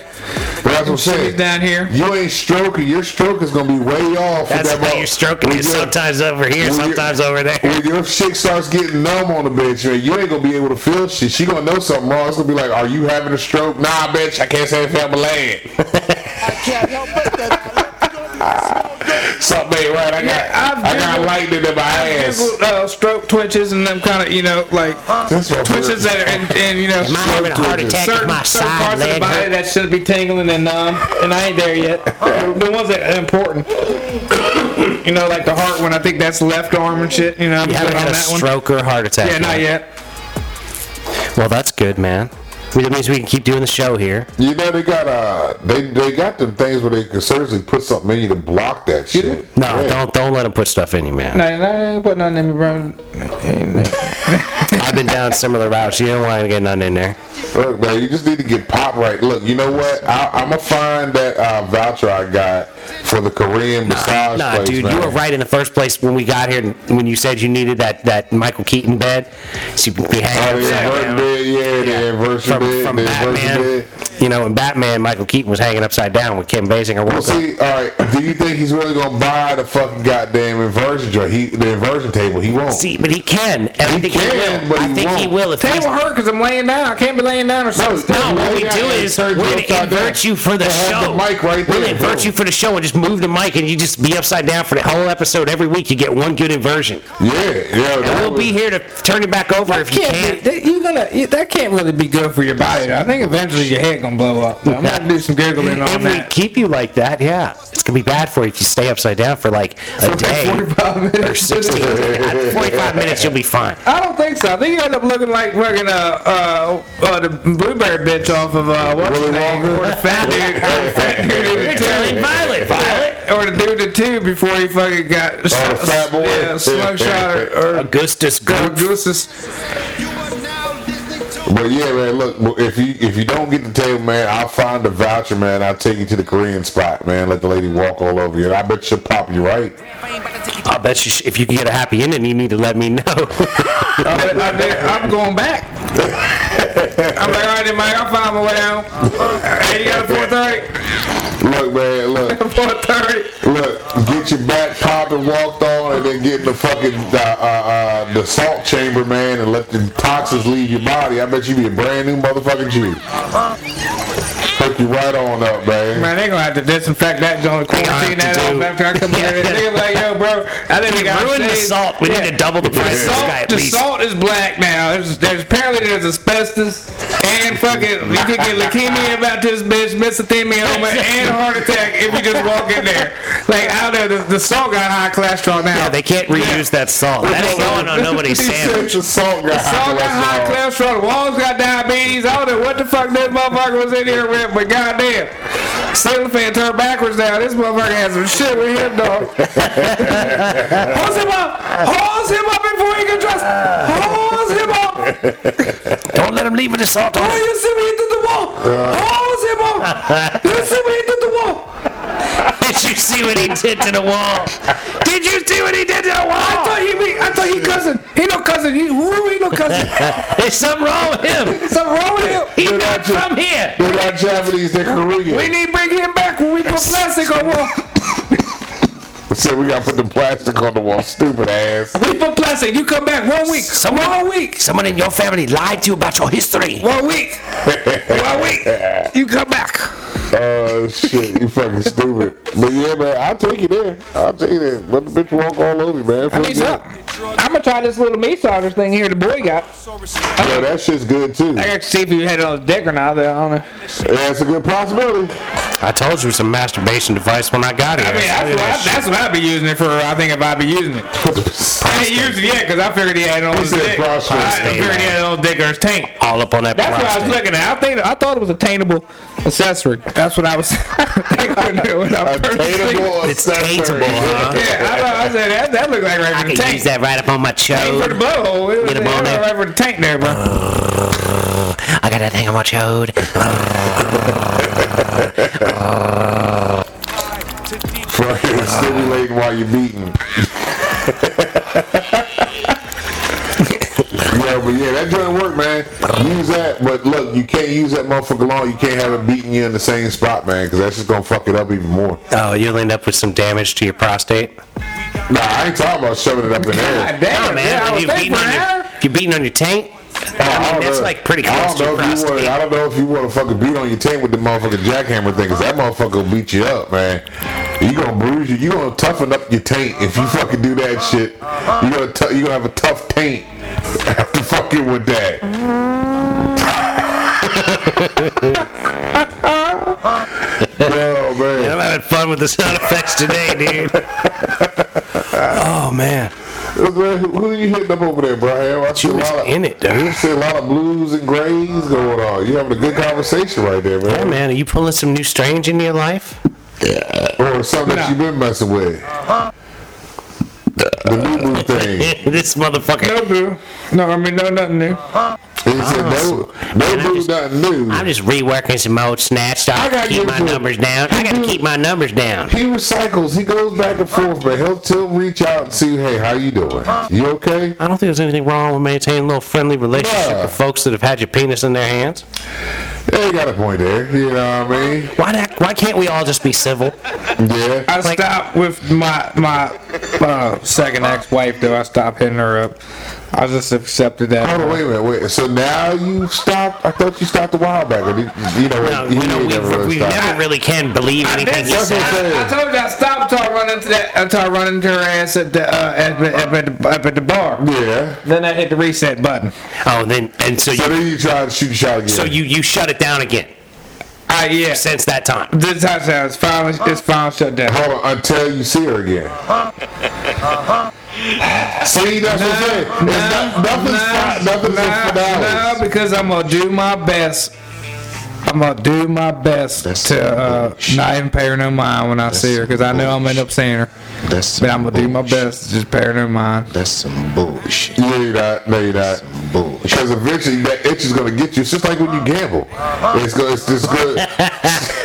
Speaker 3: That's what I'm saying.
Speaker 2: down here.
Speaker 3: You ain't stroking. Your stroke is gonna be way off.
Speaker 1: That's
Speaker 3: with
Speaker 1: the
Speaker 3: that
Speaker 1: way you're stroking
Speaker 3: when
Speaker 1: it.
Speaker 3: your-
Speaker 1: Sometimes over here,
Speaker 3: when your-
Speaker 1: sometimes over there.
Speaker 3: When your chick starts getting numb on the bitch, man, you ain't gonna be able to feel shit. She gonna know something wrong. It's gonna be like, "Are you having a stroke?" Nah, bitch, I can't say if I'm a leg. Something ain't right. I got,
Speaker 2: Yeah, I've
Speaker 3: I got
Speaker 2: Googled-
Speaker 3: lightning in my ass.
Speaker 2: Uh, stroke twitches and them kind of you know like
Speaker 3: That's what
Speaker 2: twitches that are and, and you know
Speaker 1: Am I having a heart attack if
Speaker 2: certain,
Speaker 1: my
Speaker 2: certain
Speaker 1: side
Speaker 2: parts of the
Speaker 1: leg
Speaker 2: body
Speaker 1: hurt?
Speaker 2: that should be tingling and numb, and I ain't there yet. the ones that are important, you know, like the heart one. I think that's left arm and shit. You know, I'm
Speaker 1: You
Speaker 2: good
Speaker 1: haven't
Speaker 2: on
Speaker 1: had a
Speaker 2: that one.
Speaker 1: stroke or heart attack.
Speaker 2: Yeah, not
Speaker 1: yet.
Speaker 2: yet.
Speaker 1: Well, that's good, man. That means we can keep doing the show here.
Speaker 3: You know they got uh they they got them things where they can surgically put something in you to block that shit.
Speaker 1: No,
Speaker 3: Yeah.
Speaker 1: don't don't let him put stuff in you, man.
Speaker 2: No, no, I ain't putting nothing in me, bro.
Speaker 1: I've been down similar routes. You don't want to get none in there.
Speaker 3: Look, man, you just need to get pop right. Look, you know what? I, I'm gonna find that uh, voucher I got for the Korean massage
Speaker 1: Nah,
Speaker 3: place,
Speaker 1: dude,
Speaker 3: man.
Speaker 1: you were right in the first place when we got here. and When you said you needed that, that Michael Keaton bed, so you could be
Speaker 3: Oh,
Speaker 1: hanging
Speaker 3: the
Speaker 1: upside
Speaker 3: inversion
Speaker 1: down.
Speaker 3: bed, yeah, the inversion
Speaker 1: From,
Speaker 3: bed,
Speaker 1: from
Speaker 3: the inversion
Speaker 1: Batman,
Speaker 3: bed.
Speaker 1: you know, in Batman, Michael Keaton was hanging upside down with Kim Basinger. woke
Speaker 3: Well,
Speaker 1: up.
Speaker 3: see, all right. Do you think he's really gonna buy the fucking goddamn inversion joint? He, the inversion table, he won't.
Speaker 1: See, but he can. And I think he,
Speaker 3: can,
Speaker 1: will.
Speaker 3: but
Speaker 1: I
Speaker 3: he
Speaker 1: think he
Speaker 3: won't.
Speaker 1: will if he's
Speaker 2: Table hurt because I'm laying down. I can't be laying down or something.
Speaker 1: No, what we do is we're gonna invert you for the
Speaker 3: They have
Speaker 1: show.
Speaker 3: the mic right
Speaker 1: We're gonna
Speaker 3: there,
Speaker 1: invert
Speaker 3: boom.
Speaker 1: you for the show and just move the mic, and you just be upside down for the whole episode every week. You get one good inversion,
Speaker 3: Yeah, yeah.
Speaker 1: and
Speaker 3: that
Speaker 1: we'll
Speaker 3: was-
Speaker 1: be here to turn it back over if you
Speaker 2: Can't
Speaker 1: can.
Speaker 2: be, that, you gonna you- that can't really be good for your body. though. I think eventually your head gonna blow up. I'm gonna do some giggling on
Speaker 1: If we
Speaker 2: that.
Speaker 1: keep you like that, yeah, it's gonna be bad for you if you stay upside down for like a day
Speaker 2: 45
Speaker 1: or
Speaker 2: minutes.
Speaker 1: sixteen. days. Forty-five minutes, you'll be fine.
Speaker 2: I don't think so. I think you end up looking like fucking uh, uh, uh the blueberry bitch off of uh what's his
Speaker 3: Willy
Speaker 2: name?
Speaker 3: Wonka?
Speaker 2: Or the fat dude, or the fat dude in the
Speaker 1: You're telling
Speaker 2: tube.
Speaker 1: Violet, Violet.
Speaker 2: Or the dude in the tube before he fucking got oh,
Speaker 3: fat boy?
Speaker 2: Yeah, slug shot or, or
Speaker 1: Augustus Gloop.
Speaker 2: Gooses.
Speaker 3: But yeah, man, look, well, if you if you don't get the table, man, I'll find the voucher, man. I'll take you to the Korean spot, man. Let the lady walk all over you. And I bet she'll pop you right.
Speaker 1: I bet you, sh- if you can get a happy ending, you need to let me know.
Speaker 2: I, I, I'm going back. I'm like, all right, then, Mike, I'll find my way down. Hey, you got a 430?
Speaker 3: Look, man, look,
Speaker 2: 430.
Speaker 3: look. Get your back popped and walked on, and then get in the fucking uh, uh, uh, the salt chamber, man, and let the toxins leave your body. I bet you be a brand new motherfucking Jew. Hook you right on up, man.
Speaker 2: Man, they gonna have to disinfect that joint, quarantine
Speaker 1: They
Speaker 2: that
Speaker 1: gonna have to
Speaker 2: off
Speaker 1: do-
Speaker 2: after I come here. They gonna be like, yo, bro, I think we got
Speaker 1: Ruin the
Speaker 2: shades.
Speaker 1: salt. We
Speaker 2: Yeah.
Speaker 1: need to double the price of this
Speaker 2: Salt-
Speaker 1: guy at
Speaker 2: the
Speaker 1: least.
Speaker 2: salt is black now. There's, there's apparently there's asbestos and fucking you could get leukemia about this bitch, mesothemia, and heart attack if you just walk in there. Like out there, the, the salt got high cholesterol now.
Speaker 1: Yeah, they can't reuse that salt. That ain't going on nobody's
Speaker 3: He said
Speaker 1: sandwich.
Speaker 3: the salt got high
Speaker 2: Salt got high
Speaker 3: cholesterol.
Speaker 2: cholesterol. The walls got diabetes. I don't know what the fuck this motherfucker was in here with, but goddamn. Ceiling fan turned backwards now. This motherfucker has some shit with him, dog. Hose him up! Hose him up before he can dress! Hose him up!
Speaker 1: Don't let them leave with the salt
Speaker 2: Oh,
Speaker 1: on.
Speaker 2: you see me hit the wall! Hose him up! You see me hit the wall!
Speaker 1: Did you see what he did to the wall? Did you see what he did to the
Speaker 2: I
Speaker 1: wall?
Speaker 2: thought he be, I thought he cousin. He no cousin. He who he no cousin.
Speaker 1: There's something wrong with him.
Speaker 2: Something wrong with him.
Speaker 1: He's not from here.
Speaker 3: They're not Japanese, they're Korean.
Speaker 2: We need to bring him back when we put plastic on wall.
Speaker 3: So we gotta put the plastic on the wall, stupid ass.
Speaker 2: We put plastic. You come back one week.
Speaker 1: Someone-
Speaker 2: one week.
Speaker 1: Someone in your family lied to you about your history.
Speaker 2: One week. One week. You come back.
Speaker 3: Oh shit, you fucking stupid. But yeah, man, I'll take you there. I'll take you there. Let the bitch walk all over me, man. Feel
Speaker 2: Peace
Speaker 3: good.
Speaker 2: up. I'm gonna try this little meat sausage thing here. The boy got.
Speaker 3: Yeah, that shit's good too.
Speaker 2: I got to see if you had it on the deck or not. though, I don't know.
Speaker 3: Yeah, it's a good possibility.
Speaker 1: I told you it's a masturbation device when I got here.
Speaker 2: I mean, that's what, I, that's what I'd be using it for. I think if I'd be using it, I ain't used it yet because I figured he had it on his
Speaker 3: said
Speaker 2: dick. I
Speaker 3: prostate.
Speaker 2: figured he had it on his dick or his tank.
Speaker 1: all up on that
Speaker 2: That's what I was
Speaker 1: prostate.
Speaker 2: looking at. I think I thought it was attainable accessory. That's what I was thinking when I first seen it.
Speaker 3: Attainable
Speaker 1: It's
Speaker 3: accessory.
Speaker 1: taintable, huh?
Speaker 2: Yeah, I, thought, I said that, that looked like right
Speaker 1: I
Speaker 2: for the
Speaker 1: could use
Speaker 2: tank.
Speaker 1: that right up on my
Speaker 2: Ain't for the
Speaker 1: chode.
Speaker 2: butthole. It was,
Speaker 1: Get
Speaker 2: it
Speaker 1: him on
Speaker 2: was
Speaker 1: there.
Speaker 2: right for the tank there, bro.
Speaker 1: I got that thing on my chode.
Speaker 3: Fucking stimulating while you're beating. yeah, but yeah, that doesn't work, man. Use that, but look, you can't use that motherfucker long. You can't have it beating you in the same spot, man, because that's just gonna fuck it up even more.
Speaker 1: Oh, you'll end up with some damage to your prostate.
Speaker 3: Nah, I ain't talking about shoving it up in
Speaker 2: God
Speaker 3: there.
Speaker 2: damn,
Speaker 1: Oh, man.
Speaker 2: Yeah, I
Speaker 1: when
Speaker 2: was
Speaker 1: you're
Speaker 2: thinking
Speaker 1: beating,
Speaker 2: for
Speaker 1: on your,
Speaker 2: an
Speaker 1: if you're beating on your tank, I mean, that's like pretty
Speaker 3: I
Speaker 1: close
Speaker 3: don't
Speaker 1: to your
Speaker 3: know if you
Speaker 1: prostate.
Speaker 3: wanna, I don't know if you want to fucking beat on your tank with the motherfucking jackhammer thing, 'cause that motherfucker will beat you up, man. You gonna bruise you. You gonna toughen up your taint if you fucking do that shit. You gonna tou- you gonna have a tough taint after fucking with that. oh man,
Speaker 1: I'm having fun with the sound effects today, dude. oh, man.
Speaker 3: Man, who, who you hitting up over there, Brian? I
Speaker 1: She
Speaker 3: see a
Speaker 1: was
Speaker 3: lot of,
Speaker 1: in it, dude.
Speaker 3: I see a lot of blues and grays going on. You having a good conversation right there,
Speaker 1: Yeah,
Speaker 3: man.
Speaker 1: man. Are you pulling some new strange into your life?
Speaker 3: Or something that you've been messing with. The new boo
Speaker 1: Uh-huh.
Speaker 3: thing.
Speaker 1: this motherfucker.
Speaker 2: error. No, boo. No, I mean, no, nothing new.
Speaker 3: He said, no,
Speaker 1: Man,
Speaker 3: no
Speaker 1: I'm
Speaker 3: boo,
Speaker 1: Uh-huh. just-
Speaker 3: nothing new.
Speaker 1: I'm just reworking some old snatch. I
Speaker 3: gotta
Speaker 1: gotta keep
Speaker 3: get
Speaker 1: my
Speaker 3: to it.
Speaker 1: numbers down. I gotta keep my numbers down.
Speaker 3: He recycles. He goes back and forth, but he'll still reach out and see, hey, how you doing? You okay?
Speaker 1: I don't think there's anything wrong with maintaining a little friendly relationship
Speaker 3: Yeah.
Speaker 1: with folks that have had your penis in their hands.
Speaker 3: Yeah, you got a point there. You know what I mean?
Speaker 1: Why not, Why can't we all just be civil?
Speaker 3: Yeah.
Speaker 2: I
Speaker 1: Like-
Speaker 2: stopped with my my uh, second ex-wife though. I stopped hitting her up. I just accepted
Speaker 3: Hold on,
Speaker 2: that.
Speaker 3: Oh, wait a minute. Wait. So now you stopped? I thought you stopped a while back. Or did, you know,
Speaker 1: No,
Speaker 3: you
Speaker 1: you know,
Speaker 3: ain't
Speaker 1: we,
Speaker 3: never really
Speaker 1: we
Speaker 3: stopped.
Speaker 1: never really can believe anything
Speaker 2: That's
Speaker 1: he
Speaker 3: That's what
Speaker 1: said.
Speaker 3: I'm
Speaker 2: I
Speaker 3: saying.
Speaker 2: told you I stopped until I run into that until I run into her ass at the uh, at, the- up at, the, up at the bar.
Speaker 3: Yeah.
Speaker 2: Then I hit the reset button.
Speaker 1: Oh, and then and so
Speaker 3: So
Speaker 1: you
Speaker 3: then you try to shoot a shot again.
Speaker 1: so you you shut it down again
Speaker 2: I yeah.
Speaker 1: since that time.
Speaker 2: This touchdown is finally it's finally shut down.
Speaker 3: Hold on until you see her again.
Speaker 2: Uh-huh.
Speaker 3: see, that's what I'm saying. It's not- nothing's fi- nothing's a
Speaker 2: no,
Speaker 3: finale.
Speaker 2: because I'm gonna do my best. I'm gonna do my best to uh, not even pay her no mind when I see her, because I know I'm gonna end up seeing her.
Speaker 4: That's some
Speaker 2: But I'm gonna do my
Speaker 4: bullshit.
Speaker 2: best to just pay her no mind.
Speaker 4: That's some bullshit.
Speaker 3: No, you're not. No, you're not.
Speaker 4: Bullshit.
Speaker 3: Because eventually that itch is gonna get you. It's just like when you
Speaker 2: Uh-huh.
Speaker 3: gamble. It's go, It's just good.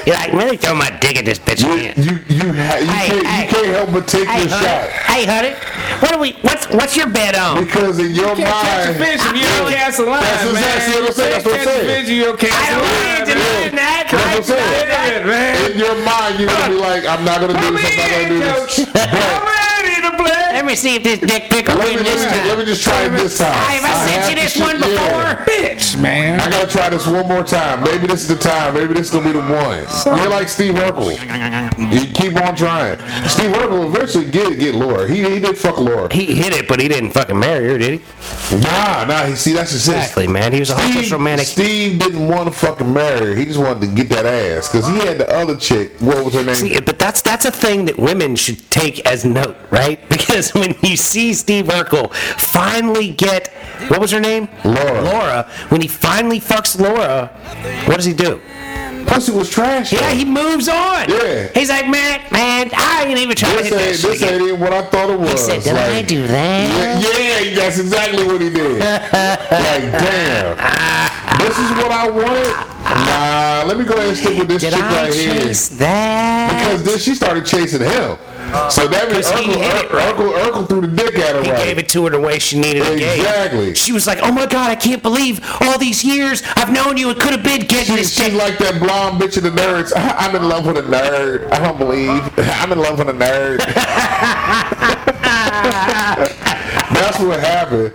Speaker 1: You're like, really throw my dick at this bitch
Speaker 3: You
Speaker 1: again.
Speaker 3: you you, ha- you
Speaker 1: Hey,
Speaker 3: can't
Speaker 1: hey.
Speaker 3: you can't help but take
Speaker 1: Hey,
Speaker 3: your
Speaker 1: honey.
Speaker 3: shot
Speaker 1: Hey, honey. What are we? What's what's your bet on?
Speaker 3: because in your
Speaker 2: Can't catch a
Speaker 3: mind.
Speaker 2: fish if you don't cast a line,
Speaker 3: That's exactly
Speaker 2: man.
Speaker 3: what I'm saying. That's what I'm
Speaker 2: Can't catch a
Speaker 3: saying.
Speaker 2: fish if you don't
Speaker 1: I
Speaker 2: cast a
Speaker 1: don't
Speaker 2: line,
Speaker 1: want to
Speaker 2: man.
Speaker 1: do that.
Speaker 3: what I'm saying.
Speaker 1: I-
Speaker 2: Hit it, man.
Speaker 3: In your mind, you're gonna be like, I'm not gonna do
Speaker 2: I'm
Speaker 3: this. I'm not gonna do
Speaker 2: in, coach.
Speaker 3: this.
Speaker 2: I'm ready to play.
Speaker 1: Let me see if this dick pic will
Speaker 3: Let
Speaker 1: win
Speaker 3: me,
Speaker 1: this
Speaker 3: let, me, let me
Speaker 1: time.
Speaker 3: just try it this time.
Speaker 1: Hey, have I sent you
Speaker 3: to
Speaker 1: this
Speaker 3: shoot-
Speaker 1: one
Speaker 3: yeah.
Speaker 1: before?
Speaker 2: Bitch, man.
Speaker 3: I gotta try this one more time. Maybe this is the time. Maybe this is gonna be the one. You're like Steve Urkel. You keep on trying. Steve Urkel eventually get get Laura. He, he did fuck Laura.
Speaker 1: He hit it, but he didn't fucking marry her, did he?
Speaker 3: Nah, nah. He see that's just it.
Speaker 1: Exactly, man. He was a hopeless
Speaker 3: Steve,
Speaker 1: romantic.
Speaker 3: Steve didn't want to fucking marry her. He just wanted to get that ass because he had the other chick. What was her name?
Speaker 1: See, but that's that's a thing that women should take as note, right? Because when you see Steve Urkel finally get what was her name?
Speaker 3: Laura.
Speaker 1: Laura. When he finally fucks Laura, what does he do?
Speaker 3: Pussy was trash.
Speaker 1: Yeah, he moves on.
Speaker 3: Yeah.
Speaker 1: He's like, man, man, I ain't even trying to
Speaker 3: This
Speaker 1: hit
Speaker 3: ain't,
Speaker 1: this
Speaker 3: this
Speaker 1: again.
Speaker 3: ain't even what I thought it was.
Speaker 1: He said, did I
Speaker 3: Like,
Speaker 1: do that?
Speaker 3: Yeah, yeah, that's exactly what he did. like, damn. This is what I wanted. Nah, let me go ahead and stick with this
Speaker 1: Did
Speaker 3: chick
Speaker 1: I
Speaker 3: right here.
Speaker 1: chase that?
Speaker 3: Because then she started chasing him. So that means
Speaker 1: 'Cause he
Speaker 3: Urkel,
Speaker 1: hit it,
Speaker 3: Ur- Urkel, Urkel threw the dick at her
Speaker 1: He
Speaker 3: right.
Speaker 1: gave it to her the way she needed it. gave.
Speaker 3: Exactly.
Speaker 1: She was like, "Oh my God, I can't believe all these years I've known you. It could have been getting
Speaker 3: She,
Speaker 1: this
Speaker 3: she
Speaker 1: dick."
Speaker 3: like that blonde bitch in the nerds. I, am in love with a nerd. I don't believe. I'm in love with a nerd. That's what happened.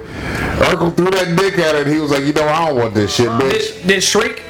Speaker 3: Urkel threw that dick at her and he was like, you know, I don't want this shit, bitch.
Speaker 2: Did, did Shriek,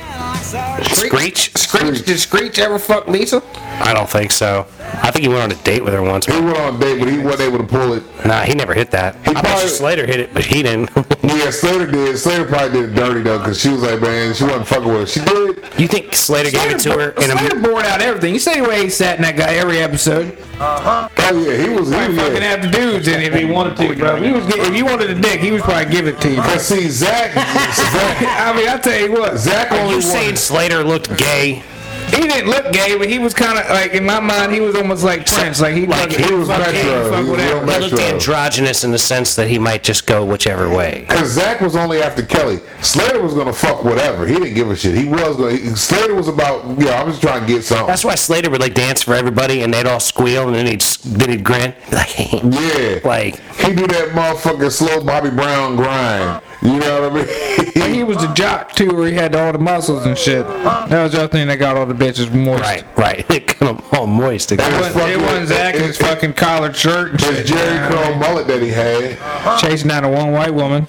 Speaker 1: Screech?
Speaker 2: Screech, did Screech ever fuck Lisa?
Speaker 1: I don't think so. I think he went on a date with her once.
Speaker 3: He went on a date, but he wasn't able to pull it.
Speaker 1: Nah, he never hit that. I bet
Speaker 3: probably-
Speaker 1: you Slater hit it, but he didn't.
Speaker 3: Yeah, Slater did. Slater probably did it dirty though, because she was like, man, she wasn't fucking with her. She did.
Speaker 1: you think Slater gave it to her in a
Speaker 2: Slater bored out everything. You say where he sat in that guy every episode.
Speaker 3: Oh yeah, he was. He was
Speaker 2: He fucking
Speaker 3: yeah.
Speaker 2: have the dudes in it if he wanted to, bro. If he, was get, if he wanted a dick, he was probably give it to you.
Speaker 3: But see, Zach, Zach,
Speaker 2: I mean, I tell you what,
Speaker 3: Zach
Speaker 1: Are
Speaker 3: only
Speaker 1: you saying
Speaker 3: wanted.
Speaker 1: Slater looked gay?
Speaker 2: he didn't look gay, but he was kind of like in my mind, he was almost like Prince, like he
Speaker 1: Like,
Speaker 2: fuck-
Speaker 1: he
Speaker 3: was
Speaker 2: fuck
Speaker 3: retro.
Speaker 2: gay, fuck
Speaker 3: He was
Speaker 2: whatever.
Speaker 3: real
Speaker 1: He
Speaker 3: That's
Speaker 1: looked
Speaker 3: right.
Speaker 1: androgynous in the sense that he might just go whichever way.
Speaker 3: Cause Zach was only after Kelly. Slater was gonna fuck whatever. He didn't give a shit. He was gonna. he- Slater was about. Yeah, I'm just trying to get something.
Speaker 1: That's why Slater would like dance for everybody, and they'd all squeal, and then he'd s- then he'd grin. Like,
Speaker 3: yeah.
Speaker 1: like
Speaker 3: he do that motherfucking slow Bobby Brown grind. You know what I
Speaker 2: And
Speaker 3: mean?
Speaker 2: he was the jock too, where he had all the muscles and shit. That was the other thing that got all the bitches moist.
Speaker 1: right, right. It come all moist. It
Speaker 2: It
Speaker 1: got-
Speaker 2: wasn't, it wasn't Zach in his fucking collared shirt and
Speaker 3: His
Speaker 2: shit.
Speaker 3: Jerry Curl mullet that he had.
Speaker 2: Chasing down a one white woman.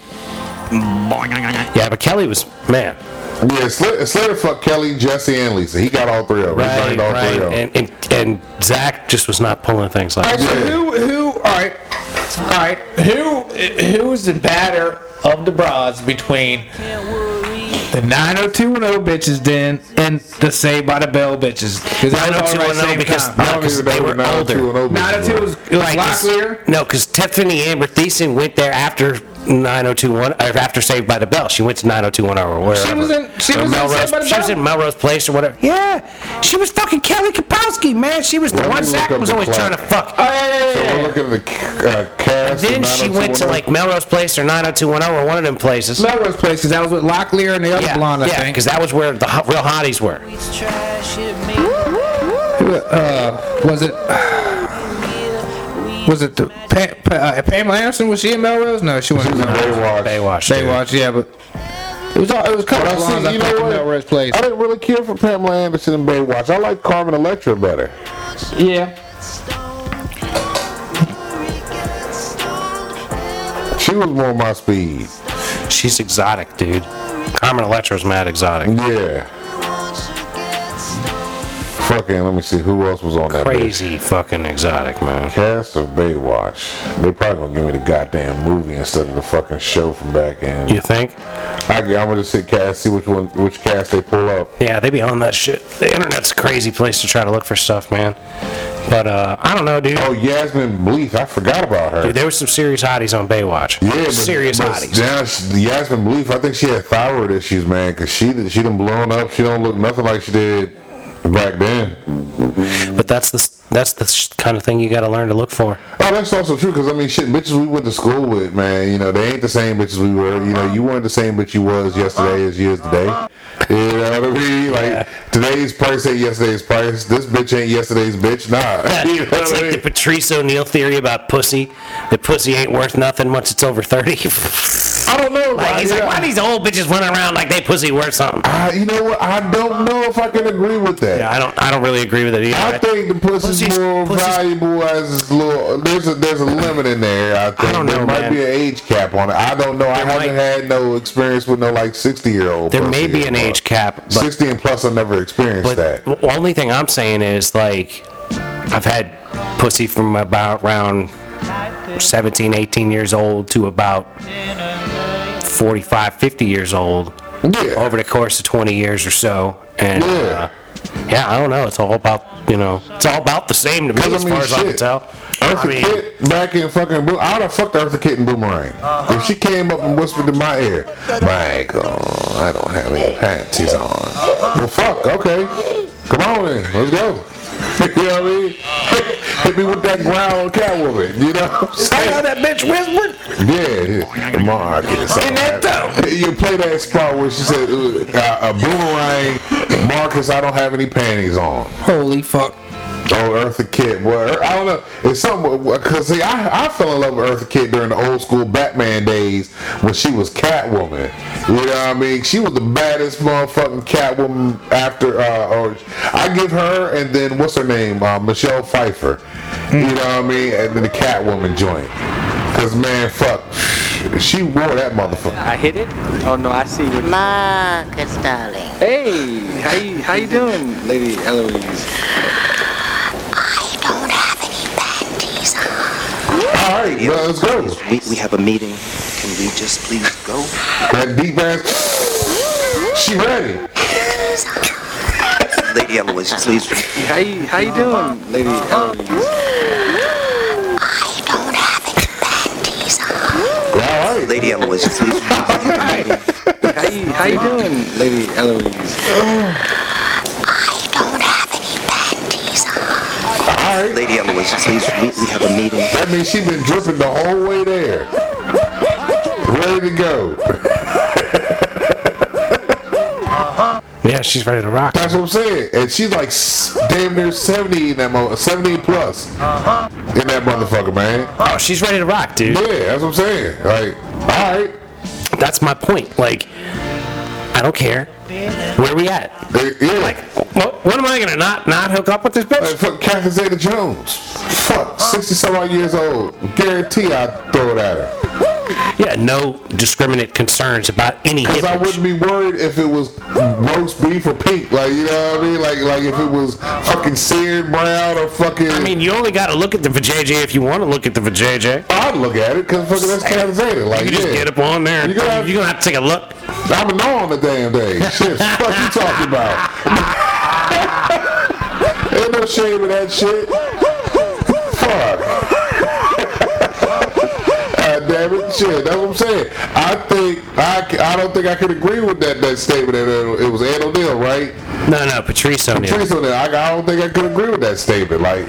Speaker 1: Yeah, but Kelly was man.
Speaker 3: Yeah, Slater, Slater fucked Kelly, Jesse, and Lisa. He got all three of them. he
Speaker 1: Right,
Speaker 3: drained all
Speaker 1: right.
Speaker 3: three of them.
Speaker 1: And, and and Zach just was not pulling things
Speaker 2: All
Speaker 1: like.
Speaker 2: right, so who, who, all right, all right, who, who is the batter of the bras between the 90210 bitches then and the Saved by the Bell bitches? Because that was all
Speaker 1: 90210
Speaker 2: right same
Speaker 1: because-
Speaker 2: time.
Speaker 3: I don't
Speaker 1: Because
Speaker 3: even know
Speaker 1: they
Speaker 3: what
Speaker 1: were older.
Speaker 3: 902 and 0
Speaker 2: 902
Speaker 3: was.
Speaker 2: was, it was
Speaker 1: Right, 'cause-
Speaker 2: Locklear.
Speaker 1: No, because Tiffany Amber Thiessen went there after 90210, or after Saved by the Bell. She went to 90210 or wherever.
Speaker 2: She was in- she
Speaker 1: Or
Speaker 2: was in Saved by the
Speaker 1: Melrose, she was
Speaker 2: Bell?
Speaker 1: in Melrose Place or whatever. Yeah, she was fucking Kelly Kapowski, man. She was the
Speaker 3: Let me
Speaker 1: one
Speaker 3: look
Speaker 1: Zach
Speaker 3: up
Speaker 1: was
Speaker 3: the
Speaker 1: always
Speaker 3: clock.
Speaker 1: trying to fuck.
Speaker 2: Oh, yeah, yeah, yeah, yeah.
Speaker 3: We're looking at the ca- uh, cast.
Speaker 1: then
Speaker 3: of
Speaker 1: she went to
Speaker 3: 90210.
Speaker 1: like Melrose Place or 90210 or one of them places.
Speaker 2: Melrose Place, because that was with Locklear and the other
Speaker 1: yeah,
Speaker 2: blonde, I
Speaker 1: yeah,
Speaker 2: think.
Speaker 1: because that was where the hot, real hotties were.
Speaker 2: Uh, was it? Was it the pa- pa- uh, Pamela Anderson? Was she in Melrose? No, she wasn't.
Speaker 3: She was in Baywatch.
Speaker 1: Baywatch.
Speaker 2: They
Speaker 1: dude.
Speaker 2: watch, yeah, but it was all, it was a couple
Speaker 1: Oh,
Speaker 3: But I
Speaker 2: of
Speaker 3: see-
Speaker 2: lines I
Speaker 3: you
Speaker 2: think
Speaker 3: know
Speaker 2: in
Speaker 3: what?
Speaker 2: Melrose Place.
Speaker 3: I didn't really care for Pamela Anderson and Baywatch. I like Carmen Electra better.
Speaker 2: Yeah.
Speaker 3: She was more my speed.
Speaker 1: She's exotic, dude. Carmen Electra's mad exotic.
Speaker 3: Yeah. Fucking, let me see who else was on that. bitch.
Speaker 1: Crazy fucking exotic, man.
Speaker 3: Cast of Baywatch. They probably gonna give me the goddamn movie instead of the fucking show from back in.
Speaker 1: You think?
Speaker 3: I, I'm gonna just hit cast, see which one, which cast they pull up.
Speaker 1: Yeah, they be on that shit. The internet's a crazy place to try to look for stuff, man. But uh, I don't know, dude.
Speaker 3: Oh, Yasmin Bleeth. I forgot about her.
Speaker 1: Dude, there was some serious hotties on Baywatch.
Speaker 3: Yeah, but,
Speaker 1: serious
Speaker 3: but
Speaker 1: hotties.
Speaker 3: Now, she- Yasmin Bleef, I think she had thyroid issues, man, because she, she done blown up. She don't look nothing like she did back then.
Speaker 1: But that's the s- that's the sh- kind of thing you got to learn to look for.
Speaker 3: Oh, that's also true, because, I mean, shit, bitches we went to school with, man, you know, they ain't the same bitches we were. You know, you weren't the same bitch you was yesterday as you is today. You know what I mean? Like, today's price ain't yesterday's price. This bitch ain't yesterday's bitch. Nah. you know
Speaker 1: That's
Speaker 3: what I
Speaker 1: like the
Speaker 3: mean?
Speaker 1: Patrice O'Neill theory about pussy. That pussy ain't worth nothing once it's over thirty.
Speaker 3: I don't know.
Speaker 1: like, he's like, why these old bitches running around like they pussy worth something?
Speaker 3: I, you know what? I don't know if I can agree with that.
Speaker 1: Yeah, I don't I don't really agree with it
Speaker 3: I
Speaker 1: either.
Speaker 3: think the pussy's,
Speaker 1: Pussy's-
Speaker 3: more
Speaker 1: pussy's-
Speaker 3: valuable as it's little. There's a there's a limit in there. I think
Speaker 1: don't
Speaker 3: there
Speaker 1: know,
Speaker 3: might
Speaker 1: man.
Speaker 3: be an age cap on it. I don't know. I
Speaker 1: There
Speaker 3: haven't
Speaker 1: might-
Speaker 3: had no experience with no like sixty year old.
Speaker 1: There may
Speaker 3: pussy
Speaker 1: be
Speaker 3: or
Speaker 1: an
Speaker 3: what.
Speaker 1: age cap, but
Speaker 3: Sixty and plus, I never experienced
Speaker 1: But
Speaker 3: uh, that.
Speaker 1: the only thing I'm saying is like I've had pussy from about around 17, 18 years old to about 45, 50 years old
Speaker 3: Yeah.
Speaker 1: over the course of 20 years or so. And yeah,
Speaker 3: Yeah.
Speaker 1: uh, yeah I don't know. It's all about you know, it's all about the same to me
Speaker 3: Because, I
Speaker 1: as
Speaker 3: mean,
Speaker 1: far as I can
Speaker 3: shit.
Speaker 1: tell.
Speaker 3: Eartha
Speaker 1: I mean,
Speaker 3: Kitt back in fucking Boomerang. I would have fucked Eartha Kitt and Boomerang. If she came up and whispered in my ear, Michael, I don't have any panties on. Well, fuck, okay. Come on then, let's go. you know what I mean? Hit me with that growl on Catwoman. You know what I'm
Speaker 1: I know
Speaker 3: saying?
Speaker 1: that bitch whispered.
Speaker 3: Yeah, yeah. Marcus.
Speaker 1: In that though.
Speaker 3: You play that spot where she said, uh, uh, "Boomerang, Marcus, I don't have any panties on."
Speaker 2: Holy fuck.
Speaker 3: Oh, Eartha Kitt. Well, I don't know. It's something because see, I, I fell in love with Eartha Kitt during the old school Batman days when she was Catwoman. You know what I mean? She was the baddest motherfucking Catwoman after. Uh, or I give her and then what's her name? Uh, Michelle Pfeiffer. You know what I mean? And then the Catwoman joint. Cause man, fuck, she wore that motherfucker.
Speaker 5: I hit it? Oh no, I see what
Speaker 6: Marcus, darling.
Speaker 5: Hey, how you, how you doing, Lady Eloise?
Speaker 6: I don't have any panties on.
Speaker 3: All right, well, let's go.
Speaker 4: We, we have a meeting. Can we just please go?
Speaker 3: That deep ass. She ready.
Speaker 4: Lady Eloise, please.
Speaker 5: How you, how you doing, Lady Eloise?
Speaker 6: I don't have any panties on.
Speaker 3: All right.
Speaker 4: Lady Eloise, please.
Speaker 5: How you, how you doing, Lady Eloise?
Speaker 6: I don't have any panties on.
Speaker 3: All right.
Speaker 4: Lady Eloise, please. We, we have a meeting.
Speaker 3: That means she been dripping the whole way there. Ready to go.
Speaker 1: Yeah, she's ready to rock.
Speaker 3: That's what I'm saying. And she's like s- damn near 70 in that mo- 70 plus in that motherfucker, man.
Speaker 1: Oh, she's ready to rock, dude.
Speaker 3: Yeah, that's what I'm saying. Like, all right.
Speaker 1: That's my point. Like, I don't care. Where we at?
Speaker 3: Eh, Yeah, like,
Speaker 1: What, what am I gonna not not hook up with this bitch?
Speaker 3: fuck Catherine Zeta-Jones. Fuck, 60 some odd years old. Guarantee I'd throw it at her.
Speaker 1: Yeah, no discriminate concerns about any
Speaker 3: Cause I
Speaker 1: hit.
Speaker 3: wouldn't be worried if it was roast beef or pink. Like, you know what I mean? Like, like if it was fucking seared brown or fucking.
Speaker 1: I mean, you only got to look at the vajayjay if you want to look at the vajayjay.
Speaker 3: I'd look at it because fucking that's Catherine Zeta. Like,
Speaker 1: You can just
Speaker 3: yeah.
Speaker 1: get up on there. And
Speaker 3: You gotta have-
Speaker 1: you're gonna have to take a look.
Speaker 3: I'm a no on the damn day. Shit, fuck you talking about? Ain't no shame in that shit. Fuck. God damn it, shit. That's what I'm saying. I think I, c- I don't think I could agree with that that statement. That it, it was Ed O'Neill, right?
Speaker 1: No, no, Patrice O'Neill.
Speaker 3: Please don't- I, I don't think I could agree with that statement. Like,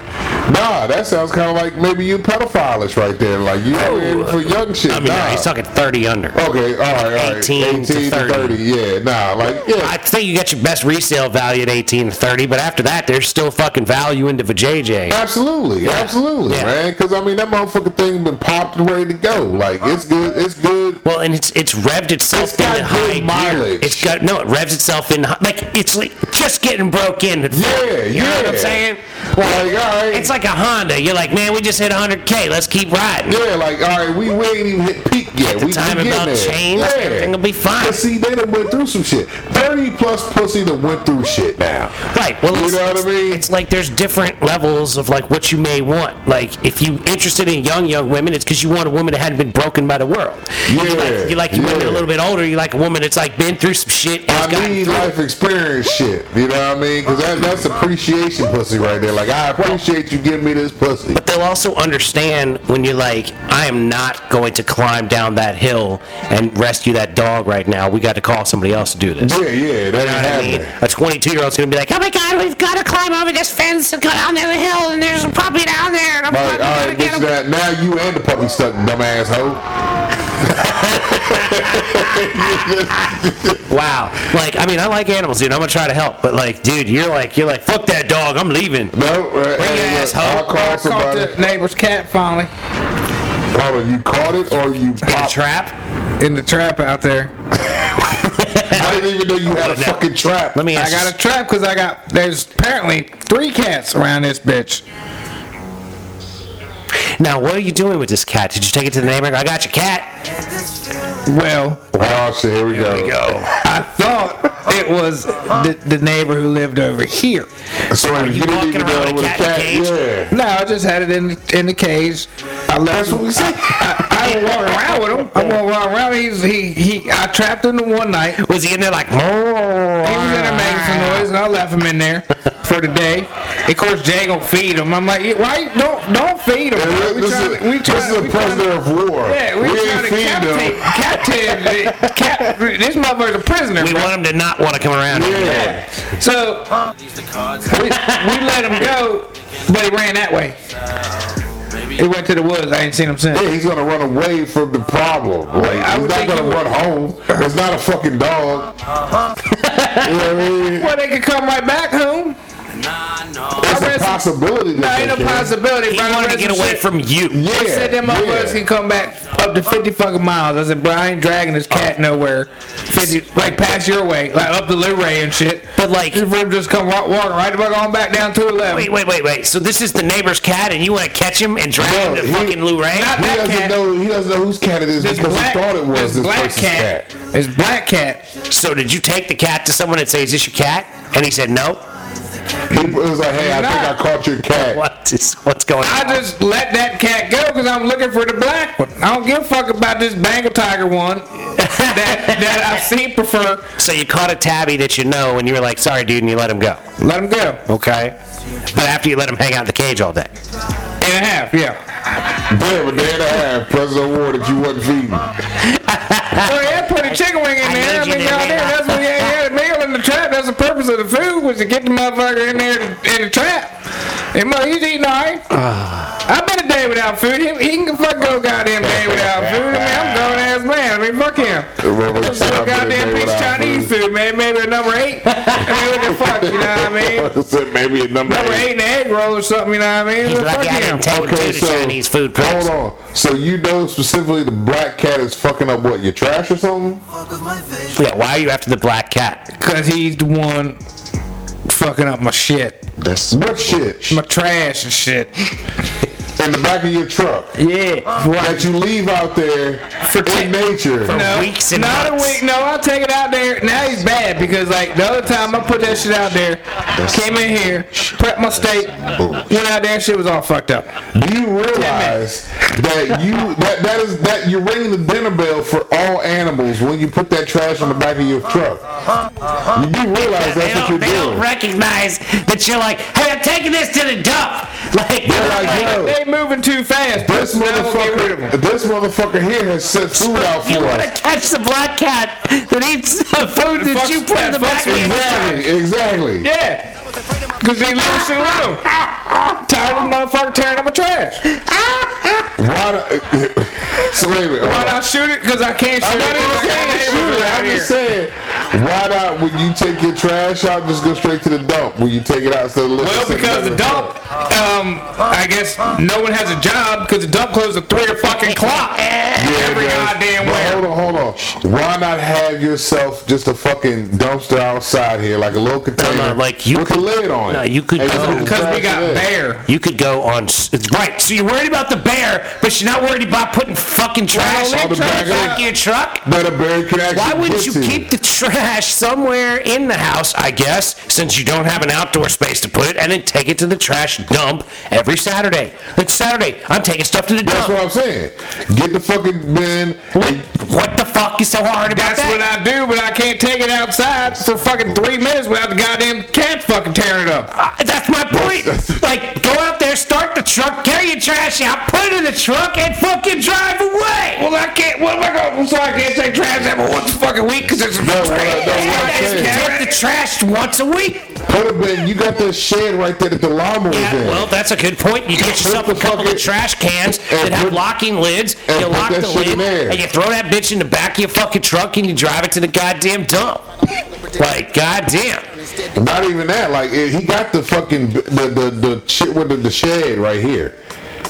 Speaker 3: nah, that sounds kind of like maybe you pedophilish right there. Like you in for young shit.
Speaker 1: Oh, I mean,
Speaker 3: nah.
Speaker 1: no, he's talking 30 under.
Speaker 3: Okay, all right, all right.
Speaker 1: 18 to 30.
Speaker 3: Yeah, nah, like, yeah.
Speaker 1: I think you got your best resale value at 18 to 30, but after that, there's still fucking value into vajayjay.
Speaker 3: Absolutely, absolutely,
Speaker 1: Yeah.
Speaker 3: man. Because I mean, that motherfucker thing been popped and ready to go. Like it's good, it's good.
Speaker 1: Well, and it's it's revved itself
Speaker 3: It's got
Speaker 1: into
Speaker 3: good
Speaker 1: high gear.
Speaker 3: mileage.
Speaker 1: It's got no, it revs itself in hi- like it's like just getting broke in. at
Speaker 3: Yeah,
Speaker 1: fuck. you know what I'm
Speaker 3: yeah.
Speaker 1: saying?
Speaker 3: Like, all right,
Speaker 1: It's like a Honda. You're like, man, we just hit 100k. Let's keep riding.
Speaker 3: yeah, like all right, we, we ain't even hit peak yet. We
Speaker 1: time
Speaker 3: we getting
Speaker 1: about
Speaker 3: there.
Speaker 1: change, everything will be fine.
Speaker 3: But see, they done went through some shit. Thirty plus pussy that went through shit now.
Speaker 1: Right. Well,
Speaker 3: You
Speaker 1: it's,
Speaker 3: know what I
Speaker 1: it's-
Speaker 3: mean?
Speaker 1: It's like there's different levels of like what you may want. Like if you interested in young young women, it's because you want a woman that hadn't been broken by the world. you like,
Speaker 3: Yeah,
Speaker 1: you like your women
Speaker 3: yeah.
Speaker 1: a little bit older. You like a woman that's like been through some shit. has
Speaker 3: I
Speaker 1: gotten
Speaker 3: need
Speaker 1: through it.
Speaker 3: life experience shit. You know what I mean? Because that, that's appreciation pussy right there. Like I appreciate you giving me this pussy.
Speaker 1: But they'll also understand when you're like, I am not going to climb down that hill and rescue that dog right now. We got to call somebody else to do this.
Speaker 3: Yeah,
Speaker 1: You
Speaker 3: yeah, that ain't
Speaker 1: know what I mean?
Speaker 3: happening.
Speaker 1: A 22 year old's gonna be like, oh my god, we've got to climb over this fence and go down the hill, and there's a puppy down there, and I'm
Speaker 3: All
Speaker 1: fucking
Speaker 3: right, all
Speaker 1: gonna
Speaker 3: right,
Speaker 1: get
Speaker 3: bitch,
Speaker 1: him.
Speaker 3: that, now you and the puppy stuck, dumbass hoe.
Speaker 1: Wow. Like, I mean, I like animals, dude. I'm gonna try to help, but like, dude, you're like, you're like, fuck that dog. I'm leaving.
Speaker 3: no, uh,
Speaker 1: your
Speaker 3: hey,
Speaker 1: ass
Speaker 3: look,
Speaker 1: hoe.
Speaker 3: I'll call
Speaker 2: Caught
Speaker 3: somebody.
Speaker 2: the neighbor's cat finally
Speaker 3: Hold on, you caught it or you popped
Speaker 1: Trap.
Speaker 2: in the trap out there.
Speaker 3: I didn't even know you had a
Speaker 1: Now,
Speaker 3: fucking trap.
Speaker 1: Let me
Speaker 2: I
Speaker 1: ask.
Speaker 2: got a trap because I got, there's apparently three cats around this bitch.
Speaker 1: you. Now, what are you doing with this cat? Did you take it to the neighbor? I got your cat.
Speaker 2: Well,
Speaker 3: Oh, shit, here we go.
Speaker 2: I thought it was the, the neighbor who lived over here.
Speaker 3: So you,
Speaker 1: you
Speaker 3: didn't
Speaker 1: walking
Speaker 3: even
Speaker 1: around
Speaker 3: know
Speaker 1: a
Speaker 3: with a
Speaker 1: cat in a
Speaker 3: cat.
Speaker 1: cage?
Speaker 3: Yeah.
Speaker 2: No, I just had it in in the cage. I left.
Speaker 3: That's what we said.
Speaker 2: I don't walk around with him. I won't walk around. He's he he. I trapped him in one night. He
Speaker 1: Was he in there like? "Moo?"
Speaker 2: was in there making some noise, and I left him in there for the day. Of course, Jay gonna feed him. I'm like, "Yeah, why you- don't don't feed him? bro. We
Speaker 3: this,
Speaker 2: trying
Speaker 3: is,
Speaker 2: to- we
Speaker 3: this
Speaker 2: trying-
Speaker 3: is a
Speaker 2: we trying
Speaker 3: prisoner
Speaker 2: to-
Speaker 3: of war.
Speaker 2: Yeah, we, trying
Speaker 3: ain't
Speaker 2: to
Speaker 3: feeding
Speaker 2: captive,
Speaker 3: him.
Speaker 2: captive, cap, this motherfucker's a prisoner.
Speaker 1: We
Speaker 2: bro.
Speaker 1: want him to not want to come around.
Speaker 3: Yeah.
Speaker 2: So we, we let him go, But he ran that way. He went to the woods. I ain't seen him since.
Speaker 3: Yeah, he's gonna run away from the problem. Like
Speaker 2: I
Speaker 3: he's
Speaker 2: would
Speaker 3: not
Speaker 2: think
Speaker 3: gonna
Speaker 2: he would-
Speaker 3: run home. It's not a fucking dog.
Speaker 1: Uh-huh.
Speaker 3: you know what I mean?
Speaker 2: Well, they could come right back home.
Speaker 3: It's
Speaker 2: read
Speaker 3: a
Speaker 2: some-
Speaker 3: possibility.
Speaker 2: No,
Speaker 3: that
Speaker 2: ain't no
Speaker 3: they can.
Speaker 2: possibility.
Speaker 1: He
Speaker 2: bro. I
Speaker 1: wanted to
Speaker 2: read
Speaker 1: get
Speaker 2: some
Speaker 1: away
Speaker 2: shit.
Speaker 1: from you.
Speaker 3: Yeah,
Speaker 2: I said them motherfuckers
Speaker 3: yeah.
Speaker 2: can come back up to 50 fucking miles. I said, bro, I ain't dragging this
Speaker 3: Oh.
Speaker 2: cat nowhere. 50, like, past your way. Like, up the Luray and shit.
Speaker 1: But like,
Speaker 2: Just for him just come walk, walking right the fuck on back down to 11.
Speaker 1: wait, wait, wait, wait. So this is the neighbor's cat, and you want to catch him and drag him
Speaker 3: No,
Speaker 1: to
Speaker 3: he-
Speaker 1: fucking Lou Ray?
Speaker 2: Not
Speaker 3: He
Speaker 2: that
Speaker 3: doesn't
Speaker 2: cat.
Speaker 3: know. He doesn't know whose cat it is
Speaker 2: This
Speaker 3: because
Speaker 2: black,
Speaker 3: he thought it was this,
Speaker 2: black
Speaker 3: person's
Speaker 2: cat.
Speaker 3: cat.
Speaker 2: This black cat.
Speaker 1: So did you take the cat to someone and say, "Is this your cat?" And he said, "No."
Speaker 3: He was like, "Hey, I
Speaker 2: Nah.
Speaker 3: think I caught your cat."
Speaker 1: What is what's going
Speaker 2: I
Speaker 1: on?
Speaker 2: just let that cat go because I'm looking for the black one. I don't give a fuck about this Bengal tiger one that, that I seem prefer.
Speaker 1: So you caught a tabby that you know, and you were like, "Sorry, dude," and you let him go.
Speaker 2: Let him go.
Speaker 1: Okay. But after you let him hang out in the cage all day.
Speaker 2: And a half, yeah.
Speaker 3: Damn, a day and a half. President Award that you wasn't feeding.
Speaker 2: Well, yeah, put a chicken wing in
Speaker 1: I
Speaker 2: there. I,
Speaker 1: need you
Speaker 2: mean,
Speaker 1: to
Speaker 2: y'all
Speaker 1: hang
Speaker 2: did.
Speaker 1: up.
Speaker 2: That's what you had a meal in the trap. That's the purpose of the food was to get the motherfucker in there in the trap. And mother, he's eating all right. I've been a day without food. He, he can fuck go goddamn day without food. I mean, I'm a grown ass man. I mean, fuck him.
Speaker 3: Remember,
Speaker 2: So goddamn piece Chinese food, man. Maybe a number eight. I mean, what the fuck, you know what I mean?
Speaker 3: Said maybe a number
Speaker 2: Number eight and an egg roll or something, you know what I mean?
Speaker 1: He's
Speaker 2: Well,
Speaker 1: lucky
Speaker 2: fuck
Speaker 1: I
Speaker 2: him.
Speaker 1: didn't take him to the Chinese food place.
Speaker 3: Hold on. So you know specifically the black cat is fucking up what your trash or something?
Speaker 1: Yeah, why are you after the black cat?
Speaker 2: Cause he's the one fucking up my shit,
Speaker 4: That's
Speaker 3: What shit?
Speaker 2: my trash and shit.
Speaker 3: In the back of your truck
Speaker 2: Yeah,
Speaker 3: that you leave out there in nature.
Speaker 2: no,
Speaker 1: weeks and
Speaker 2: not
Speaker 1: months.
Speaker 2: a week. No, I'll take it out there. Now he's bad because like the other time I put that shit out there, came in here, prepped my steak, went out there, and shit was all fucked up.
Speaker 3: Do you realize that you that that is that you're ringing the dinner bell for all animals when you put that trash in the back of your truck? You do realize
Speaker 1: they
Speaker 3: that's what
Speaker 1: don't,
Speaker 3: you're
Speaker 1: they don't
Speaker 3: doing.
Speaker 1: recognize that you're like, hey, I'm taking this to the dump. Like,
Speaker 3: They're like, yo,
Speaker 2: They moving too fast.
Speaker 3: Oh. this
Speaker 2: Now we'll get rid of 'em.
Speaker 3: motherfucker, this motherfucker here has set food out
Speaker 1: you
Speaker 3: for
Speaker 1: want to
Speaker 3: us.
Speaker 1: catch the black cat that eats the food that
Speaker 2: Fucks-
Speaker 1: you put in the
Speaker 2: that
Speaker 1: back
Speaker 2: fucks
Speaker 1: of your
Speaker 2: with
Speaker 1: truck.
Speaker 2: gravity.
Speaker 3: Exactly.
Speaker 2: Yeah. Cause they little shit with him. Tired of the motherfucker tearing up my trash.
Speaker 3: Why do, so wait a minute.
Speaker 2: Why not shoot it? Cause I can't shoot
Speaker 3: I'm not
Speaker 2: it.
Speaker 3: even saying it's you. I'm just saying, why not when you take your trash out, just go straight to the dump when you take it out instead of
Speaker 2: Well, because the dump, um, I guess no one has a job because the dump closes at three o'clock clock every goddamn
Speaker 3: But
Speaker 2: way.
Speaker 3: Hold on, hold on. Why not have yourself just a fucking dumpster outside here, like a little container,
Speaker 1: like you
Speaker 3: with
Speaker 1: could-
Speaker 3: a lid on
Speaker 1: no,
Speaker 3: it?
Speaker 1: you could
Speaker 3: Hey,
Speaker 1: go-
Speaker 3: put the
Speaker 2: Because we
Speaker 3: trash
Speaker 2: got
Speaker 3: in there.
Speaker 2: bear.
Speaker 1: You could go on. s- It's right. So you're worried about the bear, but you're not worried about putting fucking trash
Speaker 3: all
Speaker 1: in
Speaker 3: the
Speaker 1: the
Speaker 3: bags
Speaker 1: back
Speaker 3: out.
Speaker 1: of your truck.
Speaker 3: But a bear could actually.
Speaker 1: Why wouldn't you
Speaker 3: get to
Speaker 1: keep the trash somewhere in the house, I guess, since you don't have an outdoor space to put it, and then take it to the trash dump every Saturday? Like Saturday, I'm taking stuff to the
Speaker 3: That's what
Speaker 1: dump.
Speaker 3: I'm saying. Get the fucking bin.
Speaker 1: What, what the fuck is so hard about
Speaker 2: That's what
Speaker 1: that?
Speaker 2: I do, but I can't take it outside for fucking three minutes without the goddamn cat fucking tearing it up.
Speaker 1: I, Uh, that's my point. like, go out there, start the truck, carry your trash out, put it in the truck, and fucking drive away.
Speaker 2: Well, I can't. What am I going? I'm sorry, I can't take trash out once a fucking week because it's a
Speaker 3: No, no,
Speaker 2: trash.
Speaker 3: no, no,
Speaker 1: And
Speaker 3: saying.
Speaker 1: get the trash once a week.
Speaker 3: Put a bin. You got that shed right there that the lawnmower's
Speaker 1: Yeah,
Speaker 3: in.
Speaker 1: well, that's a good point. You get yourself a couple of trash cans that
Speaker 3: And
Speaker 1: have
Speaker 3: put-
Speaker 1: locking lids.
Speaker 3: and
Speaker 1: You
Speaker 3: put
Speaker 1: lock
Speaker 3: that
Speaker 1: the
Speaker 3: shit
Speaker 1: lid,
Speaker 3: in there.
Speaker 1: and you throw that bitch in the back of your fucking truck, and you drive it to the goddamn dump. Like, goddamn.
Speaker 3: Not even that. Like eh, he got the fucking the the, the shit with the, the shed right here.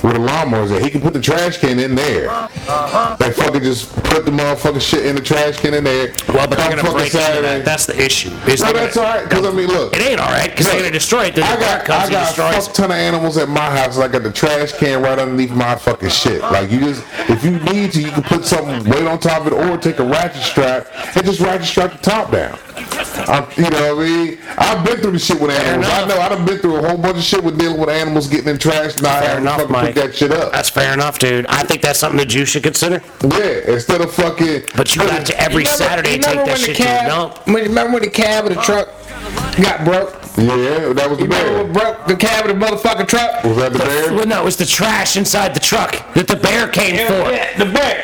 Speaker 3: Where the lawnmower's at. He can put the trash can in there. Like fucking just put the motherfucking shit in the trash can in there.
Speaker 1: Well, but they're
Speaker 3: Come
Speaker 1: gonna
Speaker 3: fucking
Speaker 1: break into that. That's the issue. It's
Speaker 3: no,
Speaker 1: they're
Speaker 3: that's all
Speaker 1: gonna-
Speaker 3: right. Because I mean, look.
Speaker 1: It ain't all right because they're gonna destroy it. Then
Speaker 3: I
Speaker 1: the car
Speaker 3: got,
Speaker 1: comes
Speaker 3: I
Speaker 1: and
Speaker 3: got a
Speaker 1: destroys
Speaker 3: fuck
Speaker 1: it.
Speaker 3: ton of animals at my house. and I got the trash can right underneath my fucking shit. Like you just, if you need to, you can put some weight on top of it, or take a ratchet strap and just ratchet strap the top down. I'm, you know what I mean? I've been through the shit with animals. I know I've been through a whole bunch of shit with dealing with animals getting in trash, and I
Speaker 1: Fair
Speaker 3: having to
Speaker 1: enough,
Speaker 3: fucking
Speaker 1: Mike.
Speaker 3: pick that shit up.
Speaker 1: That's fair enough, dude. I think that's something that you should consider.
Speaker 3: Yeah, instead of fucking.
Speaker 1: But you got to every
Speaker 2: You remember-
Speaker 1: Saturday
Speaker 2: you
Speaker 1: take
Speaker 2: remember
Speaker 1: that
Speaker 2: when the
Speaker 1: shit to the
Speaker 2: cab-
Speaker 1: dump.
Speaker 2: when- Remember when the cab of the truck got broke?
Speaker 3: Yeah, that was the
Speaker 2: You remember
Speaker 3: bear.
Speaker 2: what broke the cab of the motherfucking truck?
Speaker 3: Was that the bear?
Speaker 1: Well, no, it was the trash inside the truck that the bear came for.
Speaker 2: Uh-huh. Yeah, the bear.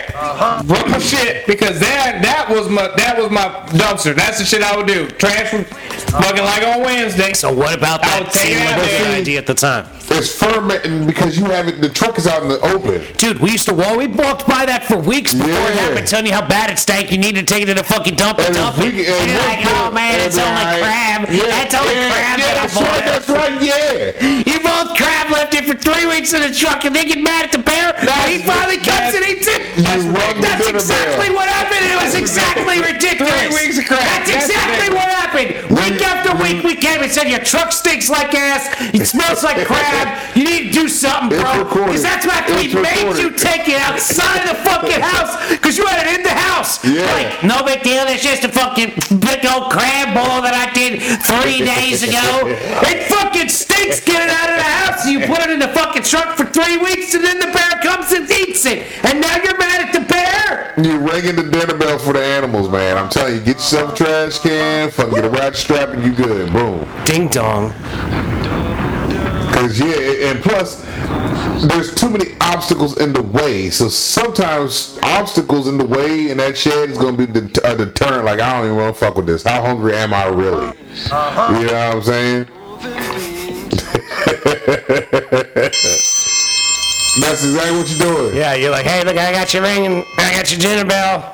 Speaker 2: Broke my shit because that that was my that was my dumpster. That's the shit I would do. Trash was fucking like on Wednesday.
Speaker 1: So what about
Speaker 2: I
Speaker 1: that
Speaker 2: would take
Speaker 1: seemed
Speaker 2: it
Speaker 1: like
Speaker 2: out
Speaker 1: a good
Speaker 2: there.
Speaker 1: idea at the time?
Speaker 3: It's fermenting because you haven't. The truck is out in the open.
Speaker 1: Dude, we used to walk. We walked by that for weeks before it
Speaker 3: Yeah.
Speaker 1: happened, telling you how bad it stank. You needed to take it to the fucking dump and
Speaker 3: And
Speaker 1: dump
Speaker 3: we-
Speaker 1: it. You're
Speaker 3: and
Speaker 1: like,
Speaker 3: we're-
Speaker 1: oh man, it's
Speaker 3: and
Speaker 1: only
Speaker 3: I-
Speaker 1: crab. That's only
Speaker 3: yeah,
Speaker 1: crab
Speaker 3: Yeah,
Speaker 1: that I
Speaker 3: that's right. That's
Speaker 1: bought.
Speaker 3: right. Yeah.
Speaker 1: You both crab left it for three weeks in the truck, and they get mad at the bear. and he finally comes
Speaker 2: that's-
Speaker 1: and eats it.
Speaker 3: You rubbed
Speaker 1: That's
Speaker 3: it in a
Speaker 1: exactly
Speaker 3: barrel.
Speaker 1: what happened. It was exactly ridiculous.
Speaker 2: Three weeks of crap.
Speaker 1: That's
Speaker 2: That's
Speaker 1: exactly
Speaker 2: ridiculous.
Speaker 1: what happened. Week after week, we came and said your truck stinks like ass. It smells like crab. You need to do something,
Speaker 3: It's
Speaker 1: bro.
Speaker 3: recorded.
Speaker 1: Because that's what we
Speaker 3: It's
Speaker 1: made you
Speaker 3: recorded.
Speaker 1: take it outside the fucking house because you had it in the house.
Speaker 3: Yeah.
Speaker 1: Like, no big deal. That's just a fucking big old crab ball that I did three days ago. It fucking stinks. Get it out of the house. You put it in the fucking truck for three weeks, and then the bear comes and eats it. And now you're mad at the bear.
Speaker 3: You're ringing the dinner bell for the animals, man. I'm telling you, get yourself a trash can, fucking get a rat strap, and you good. Boom.
Speaker 1: Ding dong.
Speaker 3: Cause yeah, a- and plus, there's too many obstacles in the way. So sometimes obstacles in the way in that shed is gonna be det- a deterrent. Like I don't even want to fuck with this. How hungry am I really? You know what I'm saying? That's exactly what you're doing.
Speaker 1: Yeah, you're like, hey, look, I got your ring and I got your dinner bell.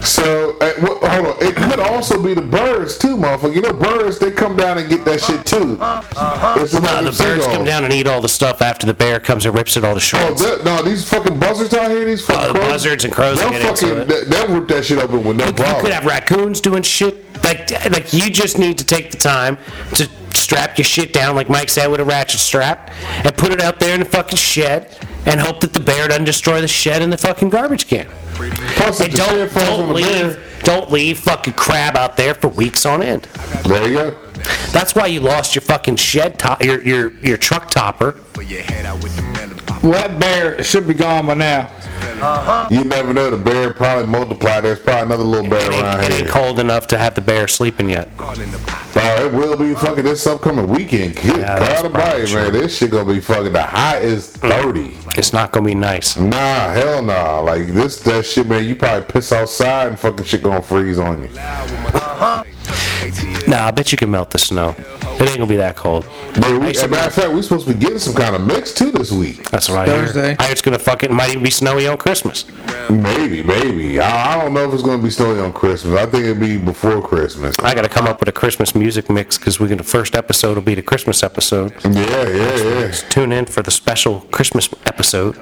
Speaker 3: So uh, wh- hold on, it could also be the birds too, motherfucker. You know, birds they come down and get that shit too. It's
Speaker 1: Uh,
Speaker 3: about
Speaker 1: the
Speaker 3: them
Speaker 1: birds come
Speaker 3: seagulls.
Speaker 1: down and eat all the stuff after the bear comes and rips it all to
Speaker 3: Oh,
Speaker 1: shreds.
Speaker 3: that, no, these fucking buzzards out here, these fucking
Speaker 1: Oh, the
Speaker 3: crows,
Speaker 1: buzzards and crows
Speaker 3: They'll
Speaker 1: will get into
Speaker 3: fucking
Speaker 1: it.
Speaker 3: they- they'll rip that shit open with no
Speaker 1: You could
Speaker 3: problem.
Speaker 1: have raccoons doing shit. Like, like you just need to take the time to strap your shit down, like Mike said, with a ratchet strap, and put it out there in the fucking shed, and hope that the bear doesn't destroy the shed and the fucking garbage can.
Speaker 3: Plus, if
Speaker 1: And
Speaker 3: the shit
Speaker 1: don't
Speaker 3: falls on
Speaker 1: don't
Speaker 3: the
Speaker 1: leave
Speaker 3: bear,
Speaker 1: don't leave fucking crab out there for weeks on end.
Speaker 3: there you go.
Speaker 1: That's why you lost your fucking shed top, your your your truck topper.
Speaker 2: Well, that bear should be gone by now.
Speaker 3: You never know. The bear probably multiplied. There's probably another little bear
Speaker 1: It ain't,
Speaker 3: around
Speaker 1: it
Speaker 3: here.
Speaker 1: ain't cold enough to have the bear sleeping yet.
Speaker 3: Oh, it will be fucking this upcoming weekend. Good
Speaker 1: Yeah, that's
Speaker 3: God
Speaker 1: probably
Speaker 3: Almighty,
Speaker 1: true. Mm.
Speaker 3: man. This shit gonna be fucking. The high is thirty.
Speaker 1: It's not gonna be nice.
Speaker 3: Nah, hell nah. Like this, that shit, man. You probably piss outside and fucking shit gonna freeze on you.
Speaker 1: Nah, I bet you can melt the snow. It ain't gonna be that cold.
Speaker 3: But we, as a matter of fact, we supposed to be getting some kind of mix too this week.
Speaker 1: That's what I hear.
Speaker 2: Thursday.
Speaker 1: I hear it's gonna fucking might even be snowy on Christmas.
Speaker 3: Maybe, maybe. I, I don't know if it's gonna be snowy on Christmas. I think it'll be before Christmas.
Speaker 1: I gotta come up with a Christmas music mix because we're gonna first episode will be the Christmas episode.
Speaker 3: Yeah, yeah, yeah.
Speaker 1: Tune in for the special Christmas episode.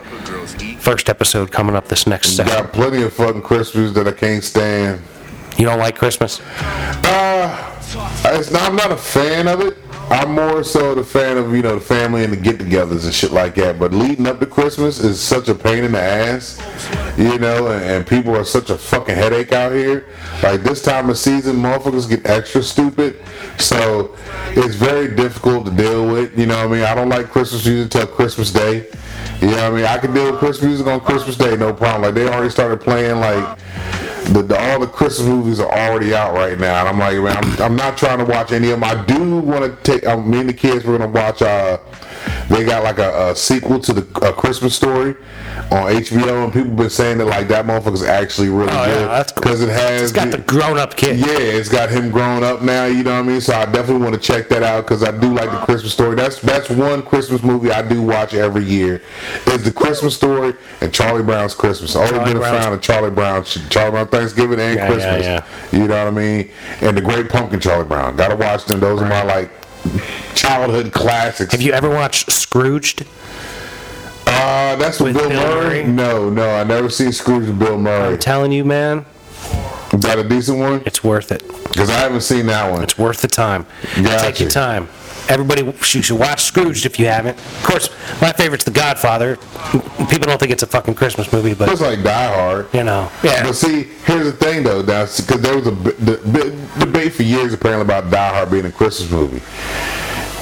Speaker 1: First episode coming up this next Saturday.
Speaker 3: Got plenty of fucking Christmas that I can't stand.
Speaker 1: You don't like Christmas?
Speaker 3: Uh, it's not, I'm not a fan of it. I'm more so the fan of you know the family and the get-togethers and shit like that. But leading up to Christmas is such a pain in the ass, you know, and, and people are such a fucking headache out here. Like this time of season, motherfuckers get extra stupid, so it's very difficult to deal with. You know, what I mean, I don't like Christmas music until Christmas Day. You know, what I mean, I can deal with Christmas music on Christmas Day, no problem. Like they already started playing like the, the all the Christmas movies are already out right now, and I'm like, man, I'm, I'm not trying to watch any of them. I do want to take. Um, me and the kids were gonna watch. Uh, they got like a, a sequel to the a Christmas Story on HBO, and people been saying that like that motherfucker's actually really
Speaker 1: Oh, yeah, that's cool.
Speaker 3: good because it has
Speaker 1: It's got the grown up kid.
Speaker 3: yeah, it's got him grown up now. You know what I mean? So I definitely want to check that out because I do like the Christmas story. That's that's one Christmas movie I do watch every year. Is the Christmas story and Charlie Brown's Christmas. I've
Speaker 1: Charlie
Speaker 3: always been a
Speaker 1: Brown's-
Speaker 3: fan of Charlie Brown. shit. Charlie Brown Thanksgiving and
Speaker 1: Yeah, yeah,
Speaker 3: Christmas.
Speaker 1: yeah.
Speaker 3: You know what I mean? And the Great Pumpkin Charlie Brown. Gotta watch them. Those are my like childhood classics.
Speaker 1: Have you ever watched Scrooged?
Speaker 3: uh, that's with,
Speaker 1: with
Speaker 3: Bill,
Speaker 1: Bill
Speaker 3: Murray?
Speaker 1: Murray?
Speaker 3: No, no, I never seen Scrooge with Bill Murray.
Speaker 1: I'm telling you, man,
Speaker 3: Is that a decent one?
Speaker 1: it's worth it.
Speaker 3: Because I haven't seen that one.
Speaker 1: It's worth the time.
Speaker 3: Gotcha.
Speaker 1: Take your time. Everybody should should watch Scrooged if you haven't. Of course, my favorite's The Godfather. People don't think it's a fucking Christmas movie, but
Speaker 3: It's like Die Hard.
Speaker 1: you know,
Speaker 3: But
Speaker 1: yeah.
Speaker 3: see, here's the thing though, that's because there was a b- the, b- debate for years apparently about Die Hard being a Christmas movie.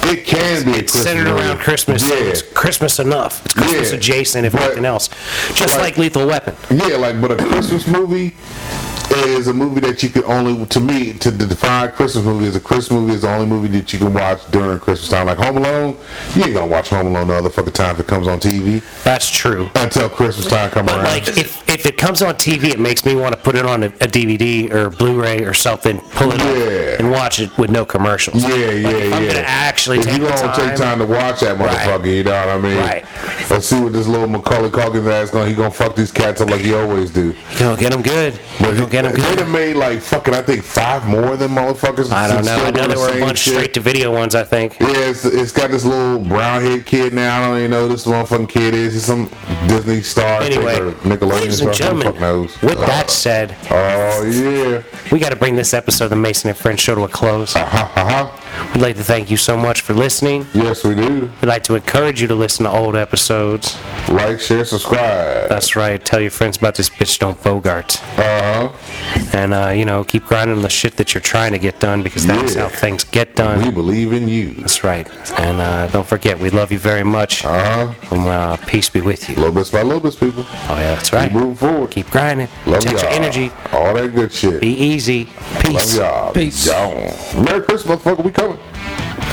Speaker 3: It can be a
Speaker 1: It's
Speaker 3: Christmas
Speaker 1: centered
Speaker 3: movie.
Speaker 1: around Christmas.
Speaker 3: Yeah,
Speaker 1: It's Christmas enough. It's Christmas
Speaker 3: Yeah.
Speaker 1: adjacent, if
Speaker 3: But-
Speaker 1: nothing else. Just
Speaker 3: but-
Speaker 1: like Lethal Weapon.
Speaker 3: yeah, like but a Christmas movie is a movie that you can only to me to define Christmas movie is a Christmas movie is the only movie that you can watch during Christmas time. Like Home Alone, you ain't gonna watch Home Alone no other fucking time if it comes on TV
Speaker 1: That's true.
Speaker 3: until Christmas time come
Speaker 1: But
Speaker 3: around.
Speaker 1: like, if, if if it comes on TV, it makes me want to put it on a, a DVD or Blu-ray or something, pull it
Speaker 3: Yeah.
Speaker 1: up and watch it with no commercials.
Speaker 3: Yeah, yeah,
Speaker 1: if
Speaker 3: yeah.
Speaker 1: I'm gonna actually
Speaker 3: if
Speaker 1: take
Speaker 3: you
Speaker 1: the
Speaker 3: gonna
Speaker 1: time-
Speaker 3: take time to watch that motherfucker, you know what I mean?
Speaker 1: Right.
Speaker 3: Let's see what this little Macaulay Culkin's ass gonna he gonna fuck these cats up like he always do.
Speaker 1: Go get them good.
Speaker 3: But
Speaker 1: Go get them
Speaker 3: They done
Speaker 1: good.
Speaker 3: made like fucking I think five more than motherfuckers.
Speaker 1: I don't
Speaker 3: It's
Speaker 1: know.
Speaker 3: still
Speaker 1: I know
Speaker 3: doing
Speaker 1: there
Speaker 3: the
Speaker 1: were a
Speaker 3: same
Speaker 1: bunch
Speaker 3: shit.
Speaker 1: straight to video ones. I think.
Speaker 3: Yeah, it's, it's got this little brown head kid now. I don't even know who this motherfucking kid is. He's some Disney star. I think,
Speaker 1: Anyway,
Speaker 3: or Nickelodeon
Speaker 1: ladies
Speaker 3: star.
Speaker 1: and
Speaker 3: Who the
Speaker 1: gentlemen,
Speaker 3: fuck knows?
Speaker 1: with
Speaker 3: Uh,
Speaker 1: that said,
Speaker 3: Oh yeah.
Speaker 1: we got to bring this episode of the Mason and Friends show to a close.
Speaker 3: Uh huh.
Speaker 1: We'd like to thank you so much for listening.
Speaker 3: Yes, we do.
Speaker 1: We'd like to encourage you to listen to old episodes.
Speaker 3: Like, share, subscribe.
Speaker 1: That's right. Tell your friends about this bitch. Don't Bogart.
Speaker 3: Uh huh.
Speaker 1: And uh, you know, keep grinding the shit that you're trying to get done because that's
Speaker 3: Yeah.
Speaker 1: how things get done.
Speaker 3: We believe in you.
Speaker 1: That's right. And uh, don't forget, we love you very much.
Speaker 3: Uh huh.
Speaker 1: And uh, peace be with you.
Speaker 3: Little bits by little bits, people.
Speaker 1: Oh yeah, that's right.
Speaker 3: Keep moving forward.
Speaker 1: Keep grinding.
Speaker 3: Love
Speaker 1: Protect your
Speaker 3: y'all.
Speaker 1: energy.
Speaker 3: All that good shit.
Speaker 1: Be easy. Peace.
Speaker 3: Love y'all.
Speaker 7: Peace.
Speaker 3: Y'all. Merry Christmas, motherfucker. We coming.